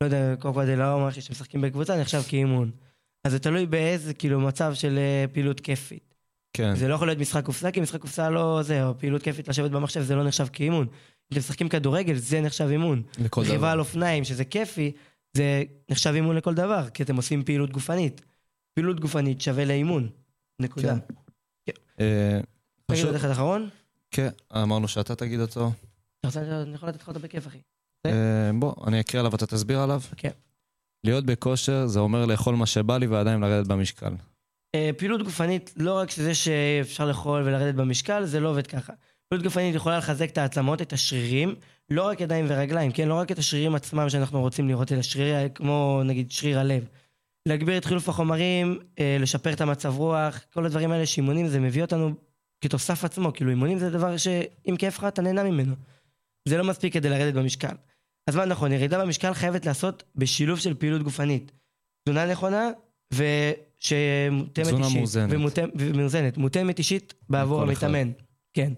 לא יודע, קודם כל זה לא אומר לך שמשחקים בקבוצה, נחשב כאימון. אז זה תלוי באיזה כאילו מצב של אה, פעילות כיפית. כן. זה לא יכול להיות משחק קופסה, כי משחק קופסה לא זה, או פעילות כיפית לשבת במחשב זה לא נחשב כאימון. אם אתם משחקים כדורגל, זה נחשב אימון. לכל רכיבה לא- דבר. על אופניים, שזה כיפי, זה נחשב אימון לכל דבר, כי אתם עושים פעילות גופנית. פעילות גופנית שווה לאימון. נקודה. כן. אה, תגיד חשוב- עוד אחד אחרון? כן, אמרנו שאתה תגיד אותו. אתה רוצה, אני יכול לתת לך אותו בכיף, אחי. כן. אה, בוא, אני אקריא עליו ואתה תסביר עליו. כן. להיות בכושר זה אומר לאכול מה שבא לי ועדיין לרדת במשקל. אה, פעילות גופנית, לא רק שזה שאפשר לאכול ולרדת במשקל, זה לא עובד ככה. פעילות גופנית יכולה לחזק את העצמות, את השרירים, לא רק ידיים ורגליים, כן? לא רק את השרירים עצמם שאנחנו רוצים לראות, אלא שריר, כמו נגיד שריר הלב. להגביר את חילוף החומרים, אה, לשפר את המצב רוח, כל הדברים האלה שאימונים זה מביא אותנו כתוסף עצמו, כאילו אימונים זה דבר שאם כיף לך אתה נהנה ממנו. זה לא מספיק כדי לרדת במשקל. אז מה נכון, ירידה במשקל חייבת לעשות בשילוב של פעילות גופנית. תזונה נכונה, ושמותאמת תזונה אישית. מאוזנת. ומותאמת, ומאוזנת. מותאמת אישית בעבור לכל אחד. המתאמן. כן.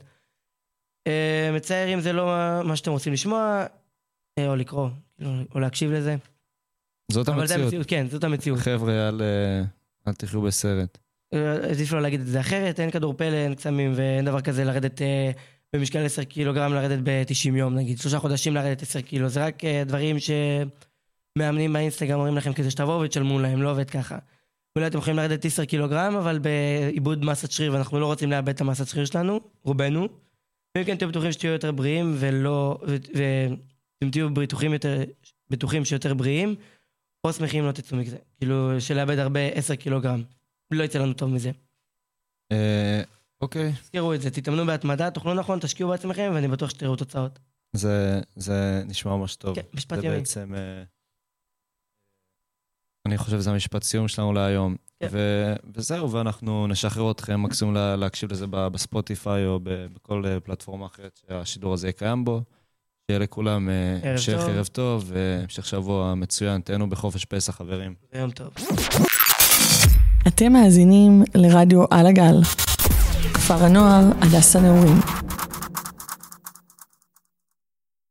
אה, מצער אם זה לא מה- מה שאתם רוצים לשמוע, אה, או לקרוא, כאילו, או להקשיב לזה. זאת אבל זה המציאות. המציאות, כן, זאת המציאות. חבר'ה, אל, אה, אל תחיו בסרט. אה, עדיף לא להגיד את זה אחרת, אין כדור פלא, אין קסמים ואין דבר כזה לרדת אה, במשקל 10 קילוגרם, לרדת ב-90 יום נגיד, שלושה חודשים לרדת 10 קילו, זה רק אה, דברים שמאמנים באינסטגרם אומרים לכם כדי שתבואו ותשלמו להם, לא עובד ככה. אולי אתם יכולים לרדת 10 קילוגרם, אבל בעיבוד מסת שריר, ואנחנו לא רוצים לאבד את המסת שריר שלנו, רובנו. ואם כן, תהיו בטוחים שתהיו יותר בריאים ולא... ו- ואתם תהיו בטוחים יותר, בטוחים שיותר בריאים, או שמחים לא תצאו מזה. כאילו, שלאבד הרבה 10 קילוגרם. לא יצא לנו טוב מזה. אה, אוקיי, תזכרו את זה, תתאמנו בהתמדה, תאכלו נכון, תשקיעו בעצמכם, ואני בטוח שתראו תוצאות. זה, זה נשמע ממש טוב. כן, משפט זה ימי. בעצם... אה, אני חושב שזה המשפט סיום שלנו להיום. כן. ו- וזהו, ואנחנו נשחרר אתכם מקסימום לה- להקשיב לזה ב- בספוטיפיי או ב- בכל אה, פלטפורמה אחרת שהשידור הזה יהיה קיים בו. שיהיה לכולם אה, ערב המשך טוב. ערב טוב והמשך שבוע מצוין. תהנו בחופש פסח, חברים. יום טוב. אתם מאזינים לרדיו על הגל. כפר הנוער, הדס הנעורים.